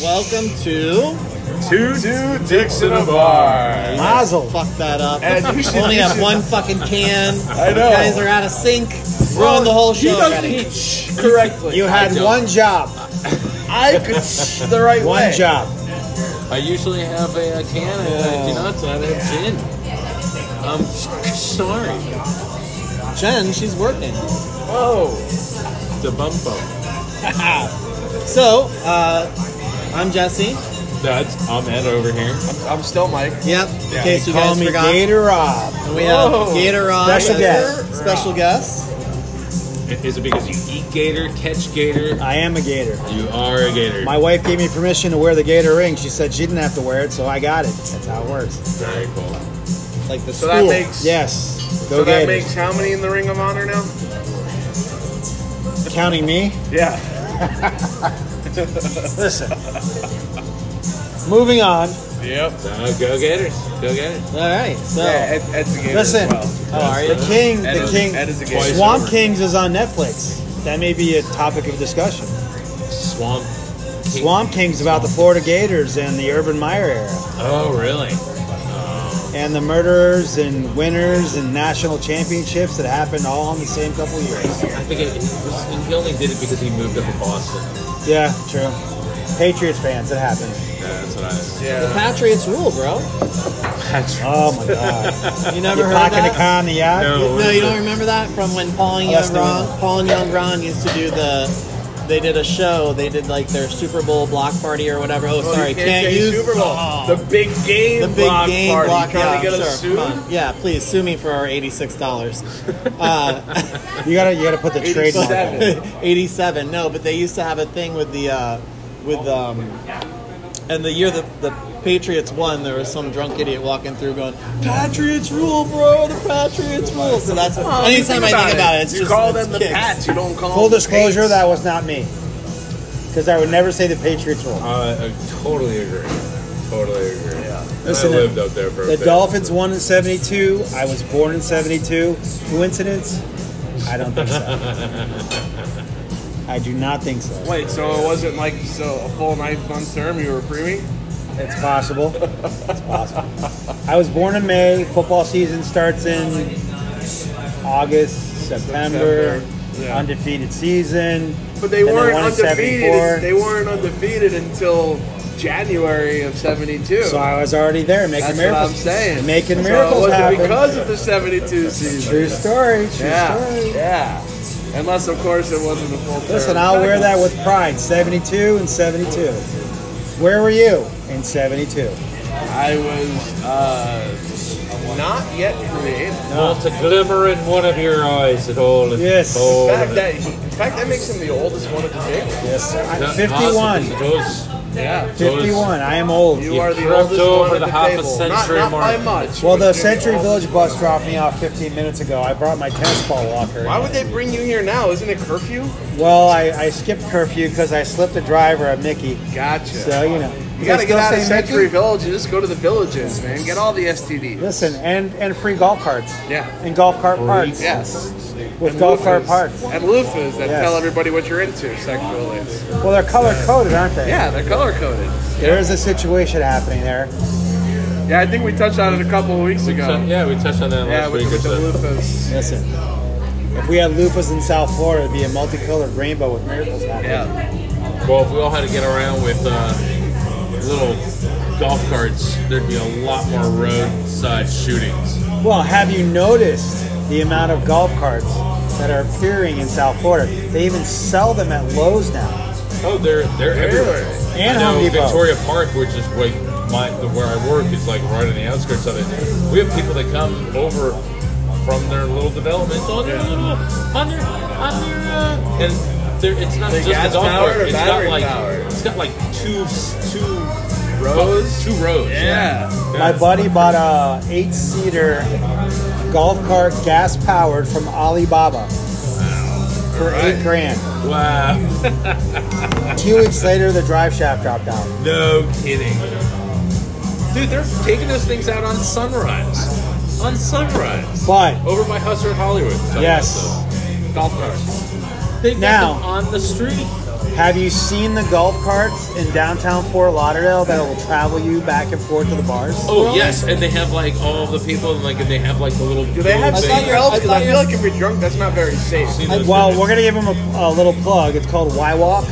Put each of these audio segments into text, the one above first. Welcome to. Two two dicks in a bar. Mazel. Fuck that up. And you should- only you have should- one fucking can. I know. You guys are out of sync. Ruin the whole show. He doesn't already. eat correctly. You had one job. I could sh- the right One way. job. I usually have a, uh can. I, I do not. So I have gin. I'm sorry. Jen, she's working. Whoa. The bumbo. So, uh, I'm Jesse. That's I'm Ed over here. I'm still Mike. Yep. In case you Call guys me forgot. Gator Rob. And we have Whoa. Gator on. Special as guest. Special guest. Is it because you eat gator, catch gator? I am a Gator. You are a gator. My wife gave me permission to wear the Gator ring. She said she didn't have to wear it, so I got it. That's how it works. Very cool. Like the So school. that makes Yes. Go so that Gators. makes how many in the Ring of Honor now? Counting me. Yeah. Listen. Moving on. Yep. So go gators. Go gators. All right. So, Yeah, Ed, Ed's a gator Listen. Oh, as well. The King. Ed The is- King. Ed is a Gator. Swamp Kings is on Netflix. That may be a topic of discussion. Swamp. King. Swamp Kings about the Florida Gators and the Urban Meyer era. Oh really? and the murderers and winners and national championships that happened all in the same couple years. I think it, it was, he only did it because he moved up to Boston. Yeah, true. Patriots fans, it happened. Yeah, that's what I. Was. the Yeah. Patriots rule, bro. Oh my god. You never You're heard pocketing a that? con the yacht? No, you don't remember that from when Paul and Oh, that's Young Ron, new. Paul and Young Ron used to do the. They did a show. They did like their Super Bowl block party or whatever. Oh, Well, sorry, you can't, can't say use Super Bowl. Oh. The big game. the big block game party. block. Trying Yeah, to get sure, us sued? come on. Yeah, please sue me for our eighty-six dollars. Uh, You gotta you gotta put the trademark. on it. 87. eighty-seven. No, but they used to have a thing with the uh, with um, and the year the the Patriots won, there was some drunk idiot walking through going, "Patriots rule, bro! The Patriots rule." So that's anytime I think about it, it's you just call it's them the kicks. Pats. You don't call Full them disclosure, the that was not me. Because I would never say the Patriots rule. Uh, I totally agree. Totally agree. Yeah. Listen, I lived up there for a The bit. Dolphins won in '72. I was born in '72. Coincidence? I don't think so. I do not think so. Wait, so it wasn't like so a full nine month term you were preemie? It's possible. It's possible. I was born in May. Football season starts in August, September. September, yeah. Undefeated season. But they Then they weren't won in undefeated. 74. They weren't undefeated until January of '72. So I was already there making That's what miracles. I'm saying. Making So miracles it wasn't happen. because of the '72 season. True story. True Yeah, story. yeah. Unless, of course, it wasn't a full. term. Listen, I'll wear that with pride. 72 and 72. Where were you in 72? I was uh, not yet created. Not a glimmer in one of your eyes at all. At Yes. In all fact, of that in fact that makes him the oldest one of the table. Yes, sir. I'm That- 51. possibly those- Yeah. 51. I am old. You You are the crept oldest over one at the the half a table. century not, not by mark. much. Well, but the you're Century oldest. Village bus dropped me off 15 minutes ago. I brought my tennis ball walker. Why would they bring you here now? Isn't it curfew? Well, I, I skipped curfew because I slipped a driver at Mickey. Gotcha. So, you know. You gotta They get still out of say Century Mickey? Village and just go to the villages, man. Get all the STDs. Listen, and, and free golf carts. Yeah. And golf cart parts. Yes. With And golf cart loofahs. parts. And loofahs that Yes. tell everybody what you're into sexually. Well, they're color coded, aren't they? Yeah, they're color coded. There is a situation happening there. Yeah, I think we touched on it a couple of weeks We tou- ago. yeah, we touched on that last Yeah, with, week the- or with the loofahs. so. Listen, if we had loofahs in South Florida, it'd be a multicolored rainbow with miracles happening. Yeah. Well, if we all had to get around with uh, little golf carts, there'd be a lot more roadside shootings. Well, have you noticed the amount of golf carts that are appearing in South Florida? They even sell them at Lowe's now. Oh, they're they're everywhere. And I know Home Depot. Victoria Park, which is like my the, where I work, is like right on the outskirts of it. We have people that come over from their little developments on their little on their on their uh, and they're, it's not They just gas a golf powered cart. or It's got battery like powered? it's got like two s- two Rows? two rows. Yeah. My buddy bought a eight-seater golf cart, gas-powered, from Alibaba for eight grand. Wow. Two weeks later, the drive shaft dropped out. No kidding. Dude, they're taking those things out on sunrise. On sunrise. But Over by Hustler Hollywood. Yes. Golf carts. They got Now- them on the street. Have you seen the golf carts in downtown Fort Lauderdale that will travel you back and forth to the bars? Oh yes, and they have like all the people, and like and they have like the little. Do they have I thought you- seatbelts? I Because thought I you- feel like if you're drunk, that's not very safe. Well, we're gonna give them a, a little plug. It's called Why Walk.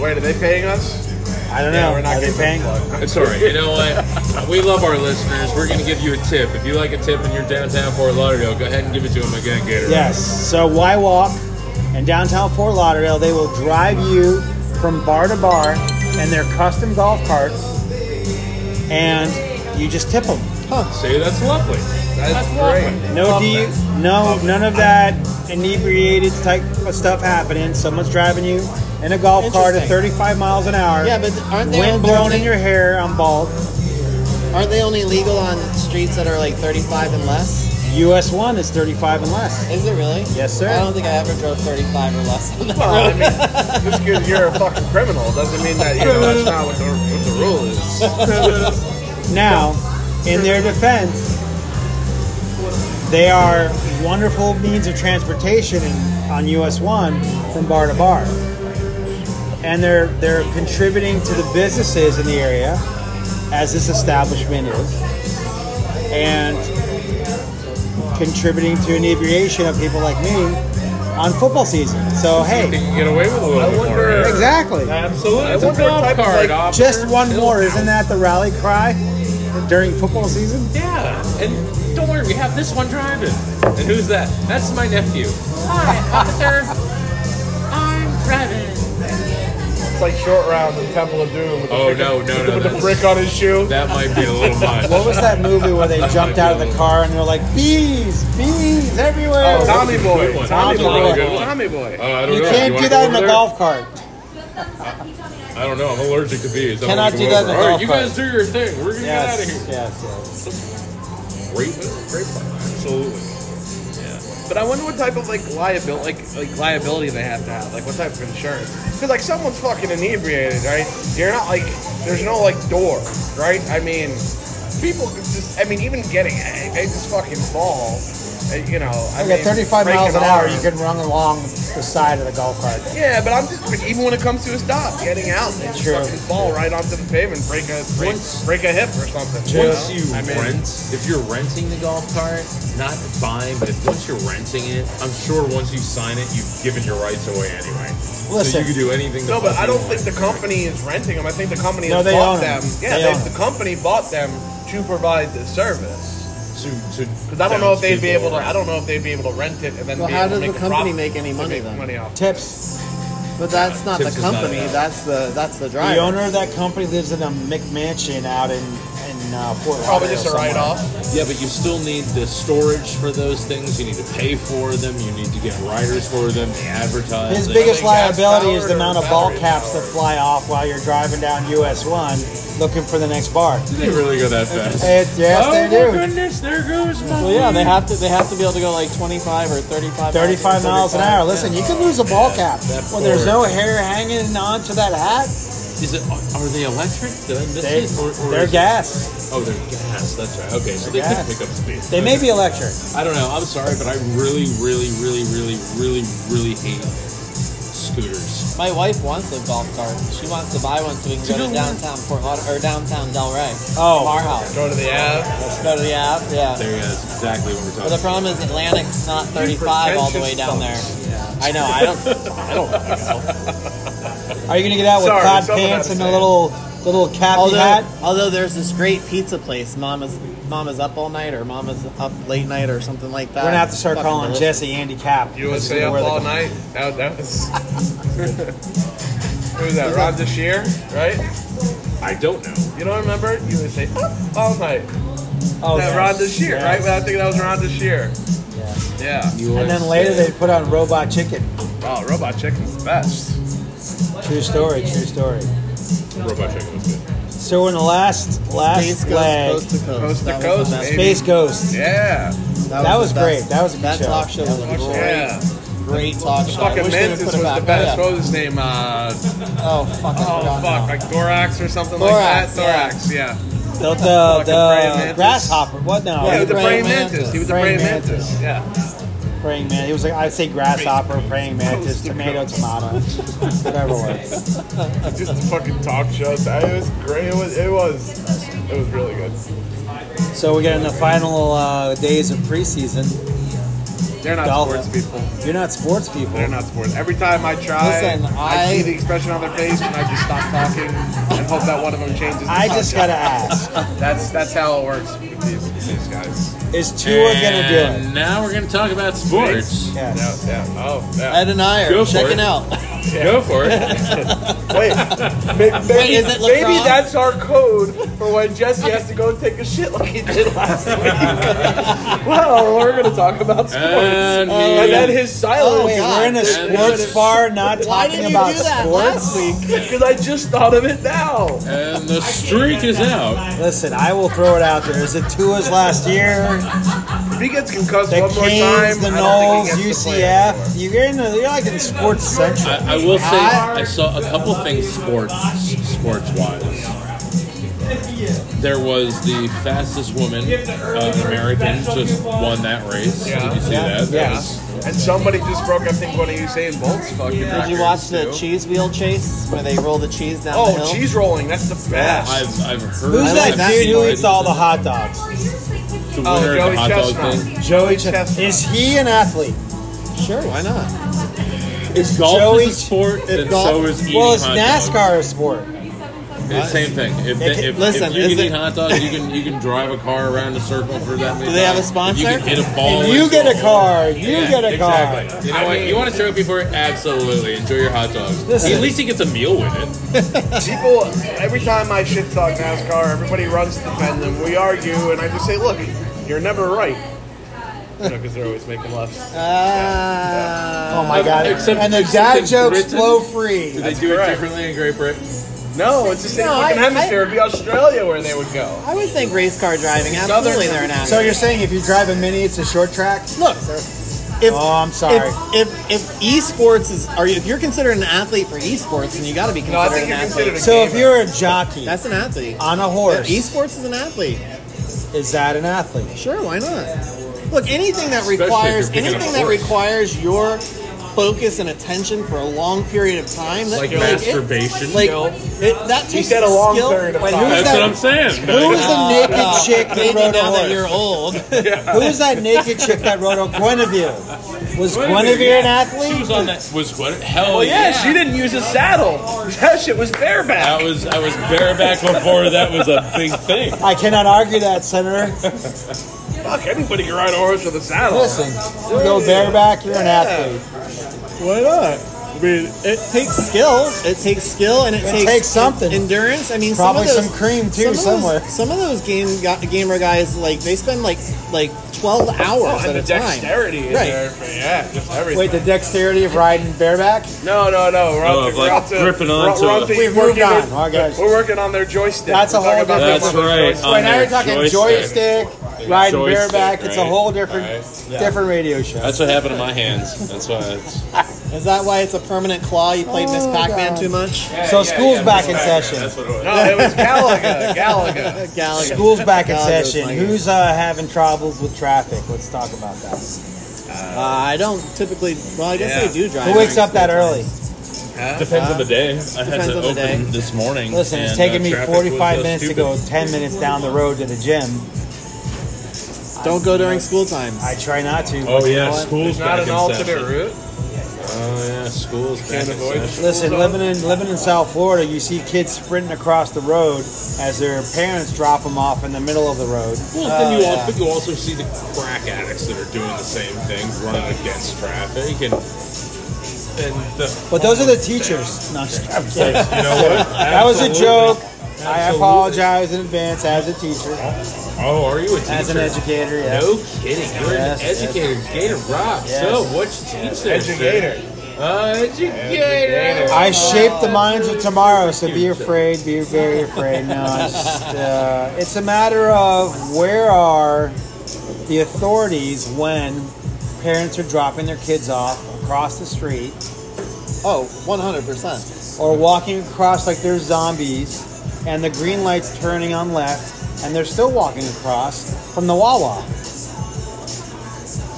Wait, are they paying us? I don't Yeah, know. we're not Are they getting paying? It's all right. You know what? We love our listeners. We're gonna give you a tip. If you like a tip and you're downtown Fort Lauderdale, go ahead and give it to them again, Gator. Yes. So Why Walk in downtown Fort Lauderdale, they will drive you from bar to bar in their custom golf carts, and you just tip them. See, that's lovely. That's great. No, de- no, none of that inebriated type of stuff happening. Someone's driving you in a golf cart at Interesting. 35 miles an hour. Yeah, but aren't they wind all- they're blowing in only- your hair. I'm bald. Aren't they only legal on streets that are like 35 and less? US one is 35 and less. Is it really? Yes, sir. I don't think I ever drove 35 or less on that Well, I road. mean, just because you're a fucking criminal doesn't mean that you know that's not what the, what the rule is. Now, in their defense, they are wonderful means of transportation in, on US one from bar to bar, and they're they're contributing to the businesses in the area, as this establishment is, and contributing to inebriation of people like me on football season. So I think hey, you can get away with a little I bit wonder- more. exactly. Absolutely. It's a wonder what golf type of, cart like, officer. Just one more, isn't that the rally cry during football season? Yeah, and don't worry, we have this one driving. And who's that? That's my nephew. Hi, officer. I'm driving. It's like short round in Temple of Doom with the, Oh, freaking- no, no, with no, the, with the that's- brick on his shoe. That might be a little What much. was that movie where they jumped out of the car and they're like, bees, bees everywhere? Oh, Tommy Good Boy. one. Tommy Tommy Boy. Boy. Tommy Boy. Uh, I don't you know. can't wanna do go that over in a there? golf cart. I don't know. I'm allergic to bees. I don't Cannot wanna go do that in over. a All right, golf you cart. guys do your thing. We're gonna Yes, get out of here. yes, yes. Great, great plan. Absolutely. But I wonder what type of like liability, like, like liability they have to have, like what type of insurance. Because like someone's fucking inebriated, right? You're not like there's no like door, right? I mean, people could just, I mean, even getting I, I just fucking fall, uh, you know. I mean, Like at 35 break miles an hour, arm. you can run along the side of the golf cart. Yeah, but I'm just but even when it comes to a stop, getting out, they just True. fucking fall right onto the pavement, break a break, break a hip or something. you Once know? you I mean, rent, if you're renting the golf cart, not buying, but if, once you're renting it, I'm sure once you sign it, you've given your rights away anyway. so Listen. you can do anything. the No, but fuck I you don't want. think the company is renting them. I think the company No, has they bought own them. 'em. Yeah, They they own 'em. the company bought them to provide the service. to Because I don't know if they'd be able to. I don't know if they'd be able to rent it and then. Well, be how able does to the make a company profit- make any to money make then? Money off. Tips. But that's not Tips the is not company. enough. that's the that's the driver. The owner of that company lives in a McMansion out in, in uh, Fort Lauderdale. Probably just a somewhere. write off. Yeah, but you still need the storage for those things. You need to pay for them. You need to get writers for them. They advertise. His it. biggest they gas liability is powered the or amount of ball battery caps that powered? fly off while you're driving down US 1 looking for the next bar. Did they really go that fast? It, yes, oh they my do. goodness! There goes my. Well, yeah, they have to they have to be able to go like 25 or 35. 35 miles an hour. Listen, you can lose a ball cap that when there's forward. no hair hanging onto that hat. Is it? Are they electric? Did I miss They, it? Or, or they're is it- gas. Oh, they're gas. That's right. Okay, so They're they can gas. pick up speed. They may be electric. I don't know. I'm sorry, but I really, really, really, really, really, really hate scooters. My wife wants a golf cart. She wants to buy one so we can To go go to where? downtown Fort Lauderdale or downtown Delray. Oh. our house. Go to the app. Go to the app. Yeah. There you go. uh, That's exactly what we're But the talking problem about. is Atlantic's not 35 all the way down there. I know. I don't. I don't know. Are you gonna get out with Sorry, plaid someone pants had and to say a it. little little cappy Although, hat? although there's this great pizza place, Mama's Mama's up all night or Mama's up late night or something like that. We're gonna have to start Fucking calling delicious. Jesse Andy Cap. You would This is stay up where they all go. night. That, that was. Who was that? Ron Deshear, right? I don't know. You don't remember? You would say up all night. Oh, that yes, Ron Deshear, yes. right? I think that was Ron Deshear. Yes. Yeah. You are And then later sick. they put on Robot Chicken. Oh, Robot Chicken's the best. True story. True story. Robot chicken was good. So in the last Space last Ghost leg, Coast to Coast. Coast to That was Coast, the best. baby. Space Ghost. Yeah. That was the great. best. That was a good that show. talk show was a great, Yeah. great talk show. I Fucking wish they would Mantis put was it back. the best. What was his name? Uh, Oh, yeah. oh fuck! I oh, forgot fuck. now. Like Thorax or something Thorax, like that? Thorax, yeah. The the, Fucking praying the mantis. grasshopper. What now? Yeah, he was the a praying praying mantis. mantis. He was a Praying praying mantis. Yeah. praying man. It was like I'd say grasshopper, praying mantis, tomato, tomato, whatever works. Just the fucking talk shows. I, it was great. It was. It was. It was really good. So we get in the final uh, days of preseason. They're not Dolphins. sports people. You're not sports people. They're not sports. Every time I try, Listen, I, I- see the expression on their face, and I just stop talking and hope that one of them changes. the I just subject. gotta ask: That's that's how it works with these, these guys. Is Tua gonna do it? And now we're gonna talk about sports. Yes. Yeah, yeah. Oh, Ed yeah. and I Go are for checking it. out. Go for it. Wait, may- maybe, Wait, is it maybe lacrosse? that's our code for when Jesse has to go take a shit like he did last week. well, we're gonna talk about sports, Uh, And and then me. his silence. Oh, wait, We're in a sports bar, not Why talking didn't you about do that sports. last week? Because I just thought of it now. And the streak is out. Listen, I will throw it out there. Is it Tua's last year? If he gets concussed The one more Canes, time, the I don't Knolls, think he gets to play anymore. UCF. You're in. The, you're like in sports central. I, I will say I saw a couple things sports sports wise. There was the fastest woman uh, American just won that race. Did you see that? That Yeah. was- And somebody just broke, I think, one of Usain Bolt's fucking Did you records, watch the too. cheese wheel chase where they roll the cheese down the hill? Oh, cheese rolling. That's the best. I've I've heard. Who's I that like that dude who story. eats all the hot dogs? The winner Oh, of Joey the hot dog thing. Chestnut. Joey Chestnut. Is he an athlete? Sure, why not? If golf Joey- is a sport, then golf- so is eating Well, it's hot dogs. NASCAR a sport. It's same thing. If, They they, can- if, listen, if you is can it- eat hot dogs, you can you can drive a car around a circle for that. Do they have a sponsor? You can hit a ball. And you into get a hole. car. You Yeah, get a car. Exactly. You know I what? mean- you want a trophy for it? Absolutely. Enjoy your hot dogs. Listen. At least he gets a meal with it. People, every time I shit talk NASCAR, everybody runs to defend them. We argue, and I just say, look, you're never right. You know, because they're always making lefts. Uh, Oh my god! Except- and the except dad in jokes Britain. flow free. Do they do correct. it differently in Great Britain? No, it's the same No, fucking I- I- hemisphere. It'd be Australia where they would go. I would think race car driving. Absolutely, they're an So athlete. you're saying if you drive a mini, it's a short track? Look, if Oh, I'm sorry. If, if if esports is, are you, if you're considered an athlete for esports, then you got to be considered No, I think an you're athlete. considered a So if gamer. you're a jockey That's an athlete. on a Yeah, horse, esports is an athlete. is that an athlete? Sure, why not? Look, anything that Especially if requires you're picking up anything that horse. requires your focus and attention for a long period of time, that, Like it- masturbation? like No. it, that takes said a long skill. period of Wait, time. who's That's that- what I'm saying. Who was the naked Oh, chick ah, that maybe rode a now that you're horse? old. Who was that naked chick that rode a Guinevere? Guinevere, Was Guinevere an She athlete? was on that. Was what? Hell Well, yeah, yeah. she didn't use a saddle. That shit was bareback. I was I was bareback before that was a big thing. I cannot argue that, Senator. Fuck, anybody can ride a horse with a saddle. Listen, you go bareback, you're an athlete. Why not? I mean, it takes skill. It takes skill, and it, It takes something. Endurance. I mean, Probably some of those, some cream, some of too, those- somewhere. some of those game ga- gamer guys, like they spend like like twelve hours Oh, at and the a time. dexterity is Right. there. For, yeah, just everything. Wait, the dexterity of riding bareback? No, no, no. We're Oh, on to, of, we're like, on to, gripping we're- onto we're on it. to- We've we're moved getting on. All right, guys. We're working on their joystick. That's a We're talking whole about their That's mother's right. joystick. On Wait, now their you're talking joystick. joystick, riding Joystick, bareback. It's a right. whole different, Right. different radio show. That's what happened to my hands. That's why it's Is that why it's a permanent claw? You played Oh, Miss Pac-Man too much? so school's back in session. that's what it was. No, it was Galaga. Galaga. Gallagher. School's back in God, those session. languages. Who's uh, having troubles with traffic? Let's talk about that. Uh, I don't typically. Well, I guess Yeah. they do drive. Who wakes during up that school time. early? Depends on the day. I had Depends to on the open day. this morning. Listen, it's and, taking uh, me traffic was, 45 uh, minutes to stupid. go 10 minutes down the road to the gym. Don't go during school times. I try not to. Oh but you yeah, know what? school's It's not an back in alternate session. route. Oh yeah, school's back Can't in avoid session. Listen, School's living in living in South Florida, you see kids sprinting across the road as their parents drop them off in the middle of the road. Well, then you Oh, also you also see the crack addicts that are doing the same thing, running against traffic, and and the, But those are the teachers. No, I'm just- I'm kidding. you know what? that was a Absolutely. joke. I Absolutely. apologize in advance as a teacher, Oh, are you a teacher? as an educator. Yeah. No kidding. You're Yes, an yes. educator. Gator Rob. Yes. So, what you teach there? sir? Educator. Uh, educator. I shape the minds of tomorrow, so be afraid, be very afraid. No, I just, uh, it's a matter of where are the authorities when parents are dropping their kids off across the street Oh, 100 percent. or walking across like they're zombies and the green light's turning on left and they're still walking across from the Wawa. I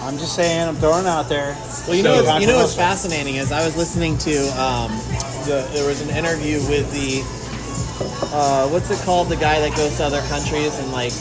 I'm just saying, I'm throwing it out there. Well, you know, So- what's, you know what's fascinating is I was listening to um, the there was an interview with the uh, what's it called the guy that goes to other countries and like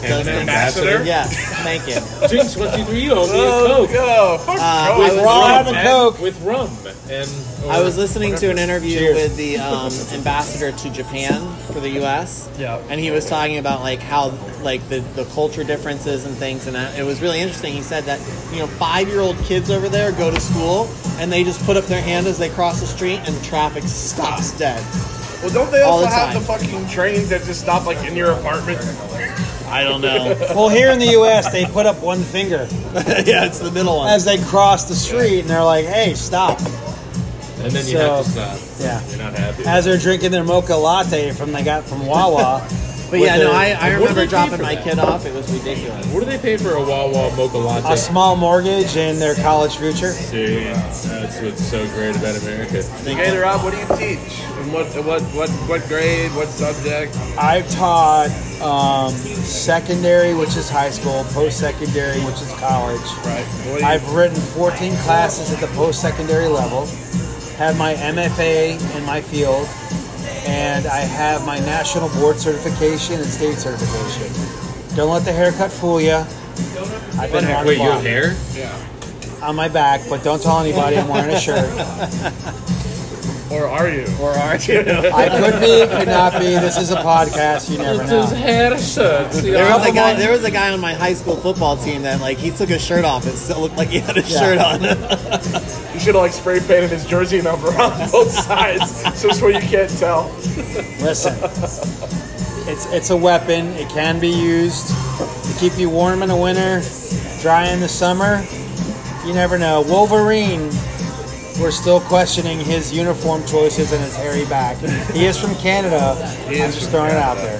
does an the- ambassador? Yeah, thank you. Jinx, what you do? You owe me a Oh, coke. go. Fuck Uh, Coke. I was- Rob and Coke. with rum and I was listening to an interview Cheers. with the um, ambassador to Japan for the U.S. Yeah. and he was talking about like how like the, the culture differences and things, and that, it was really interesting. He said that you know five year old kids over there go to school and they just put up their hand as they cross the street, and traffic stops dead. Well, don't they all also the have the time. fucking trains that just stop like in your apartment? I don't know. Well, here in the U.S., they put up one finger yeah, it's the middle one. as they cross the street, and they're like, "Hey, stop!" and then you so- have to stop. Yeah. You're not happy. As they're drinking their mocha latte from they got from Wawa. But yeah, with no, their- I, I What do remember they do dropping for my that? kid off. It was ridiculous. what do they pay for a Wawa mocha latte? a small mortgage and their college future. Dude, that's what's so great about America. Hey, Rob, what do you teach? And what what what what grade? What subject? I've taught um, secondary, which is high school, post-secondary, which is college. Right. What do you, I've written 14 classes at the post-secondary level, have my MFA in my field, and I have my national board certification and state certification. Don't let the haircut fool you. I've been on, the Wait, your block, hair? on my back, but don't tell anybody I'm wearing a shirt. or are you? Or are you? I could be, could not be. This is a podcast. You never know. hair sucks. There was a guy. There was a guy on my high school football team that like he took his shirt off. It still looked like he had a shirt on. You should have like spray painted his jersey number on both sides, so this way you can't tell. Listen, it's it's a weapon. It can be used to keep you warm in the winter, dry in the summer. You never know. Wolverine, we're still questioning his uniform choices and his hairy back. He is from Canada. I'm just throwing it out there.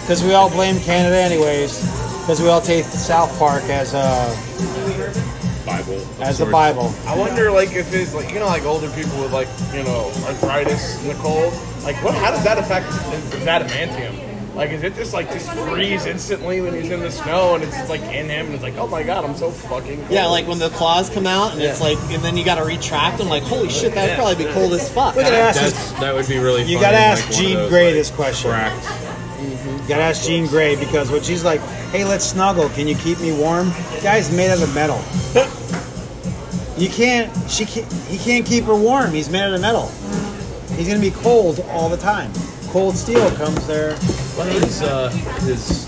Because we all blame Canada anyways. Because we all take South Park as a Bible. of as the sorts. Bible. I wonder, like, if it's like you know, like older people with like you know arthritis and the cold. Like, what? How does that affect his adamantium? Like, is it just like just freeze instantly when he's in the snow and it's just, like in him and it's like, oh my god, I'm so fucking. Cold. yeah, like when the claws come out and it's like, and then you got to retract them. Like, holy shit, that'd probably be cold as fuck. Look at that. That's, that would be really. You funny, gotta like ask one of Gene those, Grey like, this question. cracked- You gotta ask Jean Grey because when she's like, "Hey, let's snuggle. Can you keep me warm?" The guy's made out of metal. you can't. She can't. He can't keep her warm. He's made out of metal. He's gonna be cold all the time. Cold steel comes there. Well, his, uh, his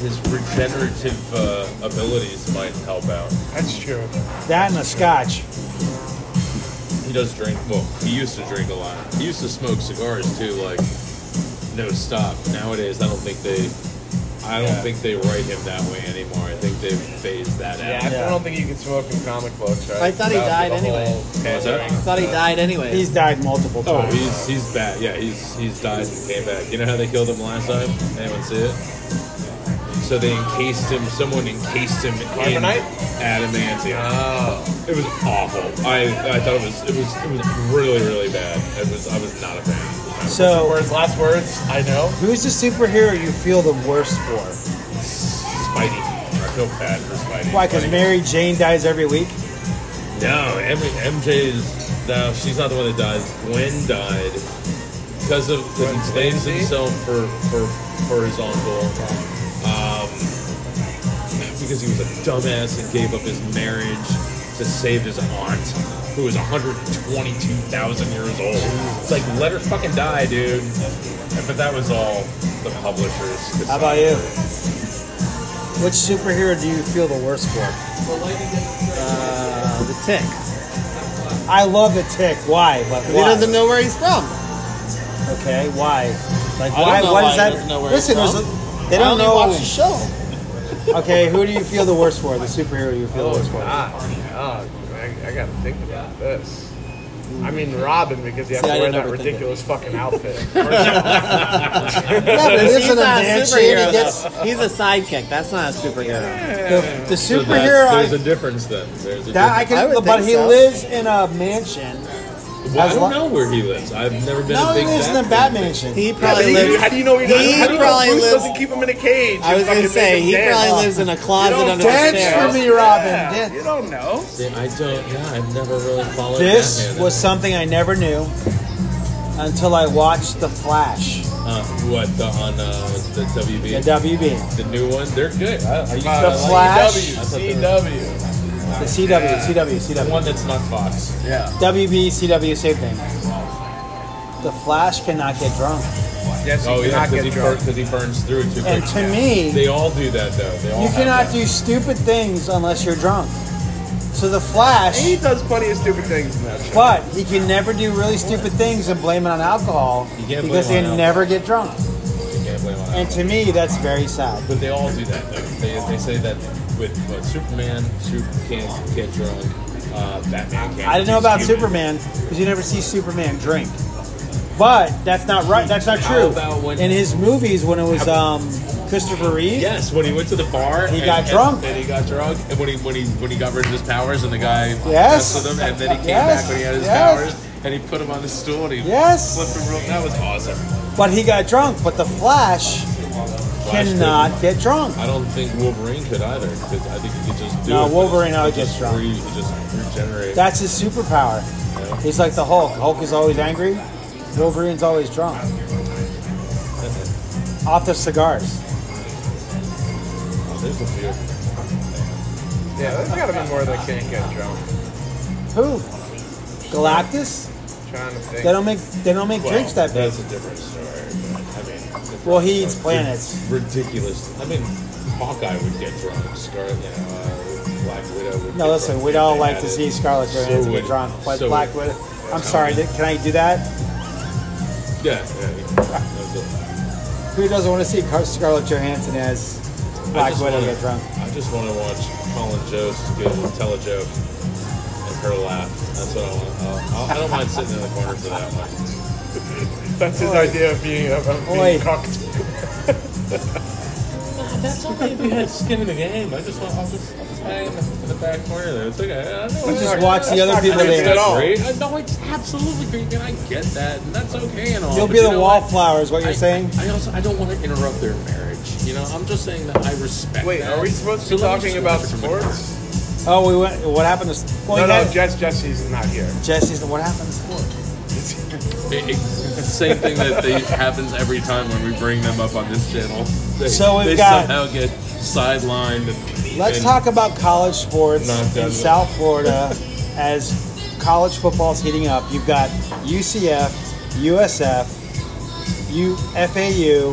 his regenerative uh, abilities might help out. that's true. That and a scotch. He does drink. Well, he used to drink a lot. He used to smoke cigars too, like no stop. Nowadays, I don't think they. I don't think they write him that way anymore. I think they've phased that Yeah, out. I don't think you can smoke in comic books, right? I thought he Without died the whole anyway. What's that? I thought he died anyway. He's died multiple Oh, times. he's he's bad. Yeah, he's he's died and came back. You know how they killed him last time? Anyone see it? So they encased him. Someone encased him in Carbonite? adamantium. Oh, It was awful. I, I thought it was it was it was really really bad. It was I was not a fan. So, words, last words. I know. who's the superhero you feel the worst for? Spidey. I feel bad for Spidey. Why? Because Spidey- Mary Jane dies every week. No, M- MJ is no. She's not the one that died. Gwen died because of because he blames Lindsay? himself for for for his uncle. Um, because he was a dumbass and gave up his marriage to save his aunt, who was 122,000 years old. It's like let her fucking die, dude. But that was all the publishers. How about you? Which superhero do you feel the worst for? Uh, the tick. I love the tick. Why? But He why? doesn't know where he's from. Okay, why? Like I don't why? know What why is he that? doesn't know where Listen, he's there's from. a, they I don't only know. watch the show. Okay, who do you feel the worst for? The superhero you Oh, feel the worst for? Ah, oh, I, I gotta think about this. I mean, Robin because you have See, I to wear didn't that ever think ridiculous fucking outfit. Yeah, but He's listen to not a that shit, superhero, he gets- though. He's a sidekick. That's not a superhero. The, the So that's- superhero, I- there's a difference then. There's a that I difference. can, I would but think he so. lives in a mansion Well, I As don't lo- know where he lives. I've never been No, a he big lives in the Batman Bat Mansion. He How do probably you- lives. how do you know he, he how do you know probably Bruce lives- doesn't keep him in a cage? I and was gonna fucking say make him he dance? probably lives in a closet don't under the dance stairs. for me, Robin. Yeah, Dance. You don't know. See, I don't. Yeah, I've never really followed. This Batman. was something I never knew until I watched The Flash, uh, what the, on uh, the the WB, WB, the new one. They're good. I, I used to The like- Flash. CW. the CW, CW, the CW, one that's not Fox. Yeah. WB, CW, same thing. The Flash cannot get drunk, Yes, Oh you yeah, cannot because he, get drunk. burns- 'cause he burns through it too and quick. to me, They all do that though. They all You have cannot that. do stupid things unless you're drunk. So the Flash, He does plenty of stupid things in that show. but he can never do really stupid things and blame it on alcohol You can't blame because it they on alcohol. never get drunk. You can't blame it on And that. to me, that's very sad. But they all do that though. They, they say that with what, Superman, Super can't get drunk. Uh, Batman can't. I didn't know He's about human. Superman because you never see Superman drink. But that's not right. That's not How true. about when- In his movies, when it was um, Christopher Reeve, Yes, when he went to the bar, He and- got and- drunk. and he got drunk, and when he when he when he got rid of his powers, and the guy messed Yes. with him, and then he came Yes. back when he had his Yes. powers, and he put him on the stool, and he Yes. flipped him real. That was awesome. but he got drunk. But the Flash, Flash cannot get drunk. I don't think Wolverine could either, because I think he could just do No, it. but Wolverine he always just gets drunk. Re, he just regenerate. That's his superpower. He's like the Hulk. Hulk is always angry. Wolverine's always drunk. Off the cigars. There's a few. Yeah, there's gotta be more that can't get drunk. Who? Galactus? trying to think. They don't make they don't make Well, drinks that big. That's a different story. but, I mean, if Well, he it's eats like planets. rid- Ridiculous. I mean, Hawkeye would get drunk. Scarlet, you know, uh, Black Widow would. No, get listen, drunk we'd if all they like had to it. see Scarlett So Johansson would- get drunk, but so Black would- Widow. I'm sorry, did- can I do that? Yeah, yeah. yeah. That's it. Who doesn't want to see Car- Scarlett Johansson as I Black just Widow wanna- get drunk? I just want to watch Colin Jost be able to tell a joke and her laugh. That's what I want. I'll, I'll, I don't mind sitting in the corner for that one. That's his idea of being of, of Oi. being cucked. That's okay if you had skin in the game. I just want I'll just, I'll just hang in the, in the back corner there. It's okay. I don't know. We just watch the other people It's there. at all. not great. I know it's absolutely great, and I get that, and that's okay and all. You'll but be you the know what? wallflower, is what I- you're saying? I also I don't want to interrupt their marriage. You know, I'm just saying that I respect. Wait, that. are we supposed to be So let me talking just about watch it from a- sports? Oh, we went. What happened to? Well, No, you no, had- Jess, Jesse's not here. Jesse's. What happened to sport? It- it- Same thing that they, happens every time when we bring them up on this channel. They, So we've they got- somehow get sidelined. And, Let's and talk about college sports Not done yet. in South Florida as college football's heating up. You've got UCF, USF, U FAU,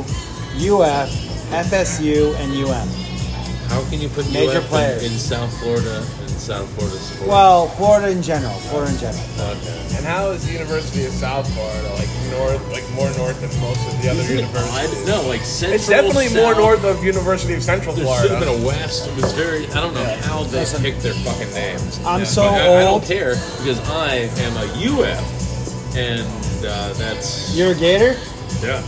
UF, FSU, and UM. How can you put Major UF in- players. in South Florida and South Florida sports? Well, Florida in general. Florida in general. Okay. And how is the University of South Florida like north, like more north than most of the other Isn't it universities? odd? No, like central. It's definitely South, more north of University of Central There should have Florida. been a west. It was very. I don't know how they Listen. picked their fucking names. I'm Yeah. so But I, I old. don't care because I am a UF, and uh, that's You're a Gator. yeah,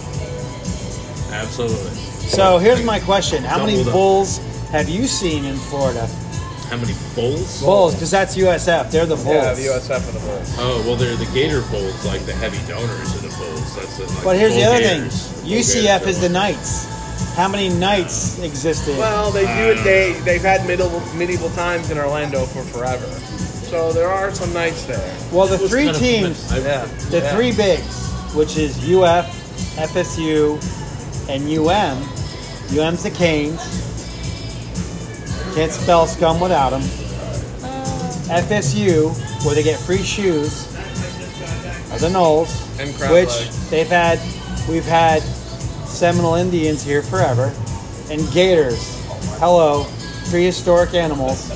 absolutely. So here's my question: How many Doubled up. Bulls have you seen in Florida? How many bulls? Bulls, because that's USF. They're the Bulls. Yeah, the USF and the Bulls. Oh well, they're the Gator Bowls, like the heavy donors of the Bowls. That's the, like, But here's the Bowl other Gators. Bowl thing: UCF Gators is the are- Knights. How many Knights existed? Well, they do it. They they've had medieval medieval times in Orlando for forever, so there are some nights there. Well, the It was three kind of- teams, I- Yeah, the yeah. three bigs, which is UF, FSU, and UM. UM's the Canes. Can't spell scum without them. FSU, where they get free shoes, are the Knolls, And crab which legs. they've had. We've had Seminole Indians here forever, and Gators. Hello, prehistoric animals.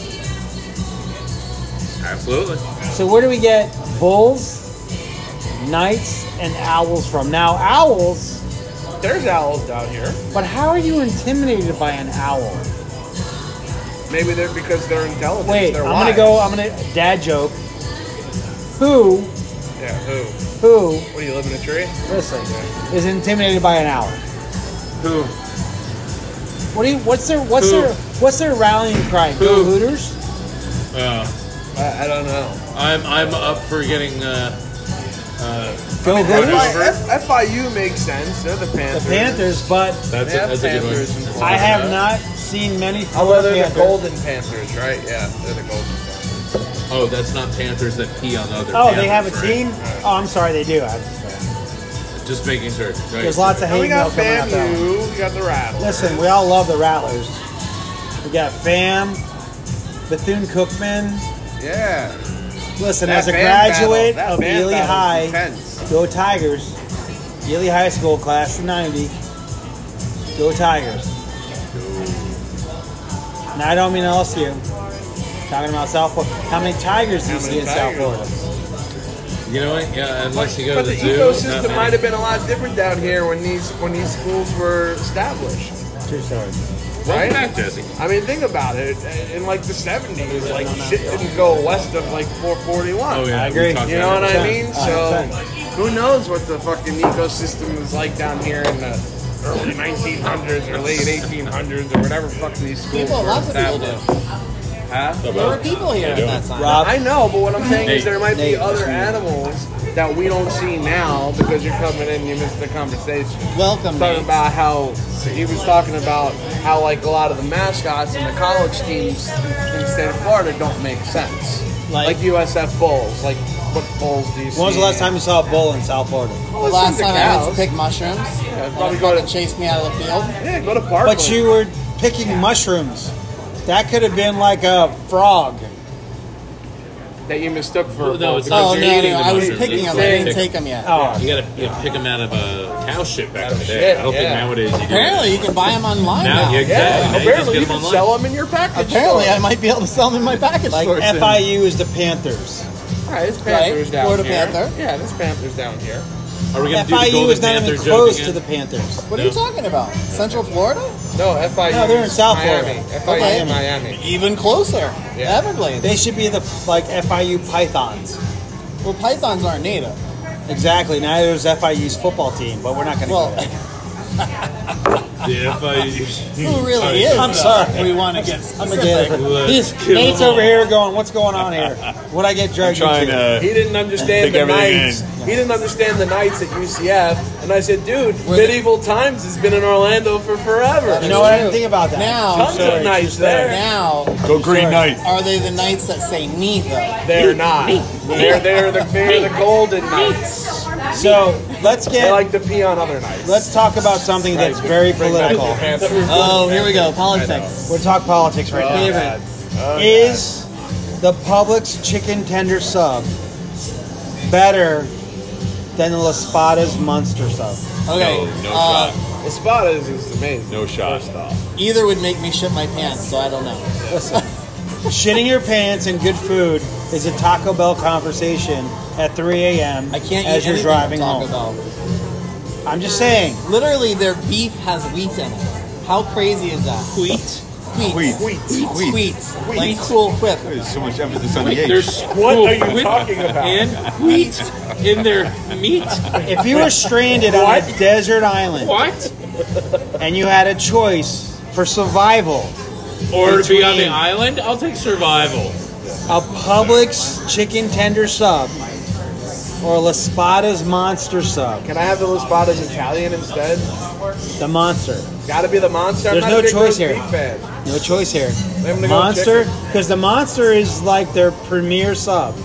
Absolutely. So where do we get bulls, knights, and owls from? Now owls, There's owls down here. but how are you intimidated by an owl? Maybe they're because they're intelligent. Wait, they're I'm wise. gonna go. I'm gonna dad joke. Who, Yeah, who? who, What do you live in a tree? listen, is intimidated by an owl? Who? What do you? What's their? What's Who? their? What's their rallying cry? Who? Go Hooters. Uh, I, I don't know. I'm I'm up for getting uh, Fi- Go Gophers. F- FIU makes sense. They're the The Panthers. Panthers, but That's, They a, have that's a good Panthers and one. I have not seen many. Although Oh, they're Panthers. the Golden Panthers, right? Yeah, they're the Golden Panthers. Oh, that's not Panthers that pee on other. Oh, they have a Panthers, team. Oh, I'm sorry, they do. I- right? Just making sure. Right. There's lots of And hate we mail got coming out that one. FAMU. We got the Rattlers. Listen, we all love the Rattlers. We got Fam, Bethune Cookman. Yeah. Listen, That as a band graduate battle- that of band Ely battle High, was intense. go Tigers. Ely High School, class of 90. Go Tigers. And I don't mean LSU. Talking about South Florida. How many Tigers do you How see many in Tigers? South Florida? You know what? Yeah, unless you go But the to the, zoo. not ecosystem many. might have been a lot different down here when these when these schools were established, True story. Welcome right? back, Jesse. I mean, think about it. In like the '70s, like shit didn't go west of like 441. Oh yeah, I agree. we talked You know about what it. I mean? So, Alright, who knows what the fucking ecosystem is like down here in the early 1900s or late 1800ds or whatever fuck these schools People, were lots of people do. established. Huh? There So, Oh, well, were people here at they do. that time. Rob, I know, but what I'm saying is Nate. there might be Nate. other animals that we don't see now because you're coming in and you missed the conversation. Welcome, Talking Nate. about how he was talking about how like a lot of the mascots and the college teams in the state of Florida don't make sense. Like- Like, USF Bulls. Like what bulls do you see? when was the last time you saw a bull in South Florida? The last time I went to pick mushrooms, Yeah, they probably go to- fucking chased me out of the field. Yeah, go to park. But you were picking mushrooms. That could have been like a frog. that you mistook for. Well, no, a it's bull not- Oh you're no, eating no, the I was mushrooms. picking It's them. I didn't thick. take them yet. Oh, You gotta you know, pick them out of a cow shit back in the day. shit, I don't yeah. think nowadays you do. Apparently, you can buy them online Now, now. yeah, Yeah, exactly. Now apparently you, you just get them can online. sell them in your package. Apparently, I store. might be able to sell them in my package like store soon. FIU is the Panthers. All right, it's Panthers down Florida here. Panther. Yeah, there's Panthers down here. Are we gonna do the FIU Golden is not Panther even joke close again? to the Panthers. What are you talking about? Central Florida? No, FIU. No, they're in South Miami. Florida. FIU Okay. Miami. Even closer. Yeah. Everglades. They should be the like FIU Pythons. well, pythons aren't native. Exactly. Neither is FIU's football team, but we're not going to. Well, Yeah, if I- who really is? I'm though, sorry. if We want to get I'm a gator. specific. Let's He's, kill Nate's them over all. here going, "What's going on here? What I get dragged Trying into?" to. He didn't understand Take the everything knights. He didn't understand the knights at UCF, and I said, "Dude, Were they- medieval times has been in Orlando for forever. You know what? I didn't think about that. Now- I'm Tons sorry. of knights there. Now, Go Oh, Green Knight. are they the knights that say nee though? They're not. They're they're the they're the golden knights. So let's They get like to pee on other knights. let's talk about something that's very political. Oh, here we go. Politics. We're talking politics right Uh, now. Favorite. Is the Publix chicken tender sub better than the La Spada's Munster sub? Okay. No, no uh, shot. The spot is, is amazing. No shot. First off, Either would make me shit my pants, so I don't know. Listen, shitting your pants and good food is a Taco Bell conversation at 3 a.m. I can't as eat you're anything driving from home. Taco Bell. I'm just saying. Literally, their beef has wheat in it. How crazy is that? Wheat. Wheat. Wheat. Wheat. Wheat. Wheat. Like cool whip. There's so much emphasis on the Wait, H. there's What are you wheat talking about? And wheat in their meat. If you were stranded on a desert island What? and you had a choice for survival, Or to be on the Between- island? I'll take survival. a Publix chicken tender sub or La Spada's Monster sub, can I have the spot as Italian instead? the Monster. Got to be the monster. There's I'm no not a big choice roast here. Beef fan. No choice here. I'm gonna go Monster, because the Monster is like their premier sub.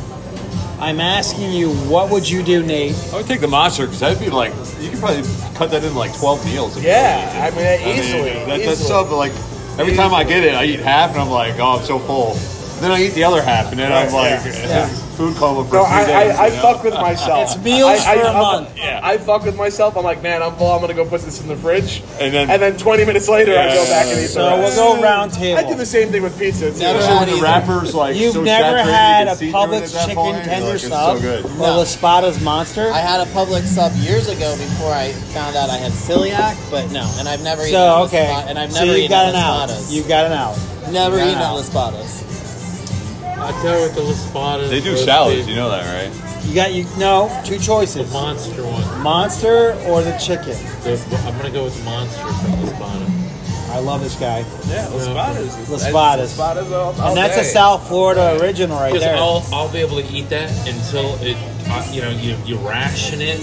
I'm asking you, what would you do, Nate? I would take the monster because that'd be like you could probably cut that into like twelve meals. if you Yeah, I mean really needed. easily. I mean, that, easily. that sub, but, like every time I get it, I eat half and I'm like, oh, I'm so full. Then I eat the other half and then I'm Right, like, food coma for No, three I, days. I, I you know? fuck with myself. It's meals I, I, for a I'm- month. Yeah. I fuck with myself. I'm like, man, I'm full. I'm gonna go put this in the fridge, And then- 20 minutes later, I go Yeah. back and eat. So the we'll rest. go round I do table. the same thing with pizza. Too. Never Especially had when the either. wrappers like You've so never saturated, had you can a see Publix through it at that chicken point, you're tender like, sub. It's so good. Or La Spada's Monster? I had a Publix sub years ago before I found out I had celiac, but no, and I've never eaten So at okay, Las- and I've so never you eaten got at an out. Las You got an out. Patas. Never got eaten at an out. Las Patas. I tell you what, the Laspada. They do salads, you know that, right? You got you no two choices: Monster one. monster or the chicken. The, I'm gonna go with monster from Laspada. I love this guy. Yeah, Laspadas. is- Las Spadas. Laspadas all, all And that's day. a South Florida original right Because there. I'll, I'll be able to eat that until it, uh, you know, you, you ration it.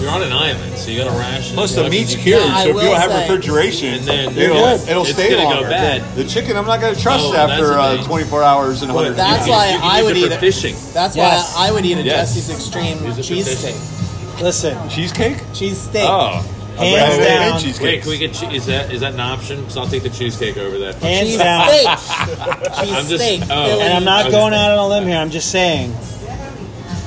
You're on an island, so you gotta ration Plus, it. the as much meat's as you cured, can. Yeah, I so if you will don't have say- refrigeration, And then- it'll, Yeah. it'll It's stay gonna go longer. bad. The chicken, I'm not going to trust Oh, that's after the uh, thing. 24 hours and 100. You That's can- why you can I use would it for eat it. fishing. That's Yes. why I would eat a Yes. Jesse's Extreme Use it for cheesesteak. fishing. Listen, Cheesecake? Cheesesteak. Oh. Hands I've had down. cheesecakes. Wait, can we get? Che- is that is that an option? Because I'll take the cheesecake over that. hands down. Cheesesteak. I'm just- Cheesesteak. oh. Philly. And I'm not Okay. going out on a limb here. I'm just saying,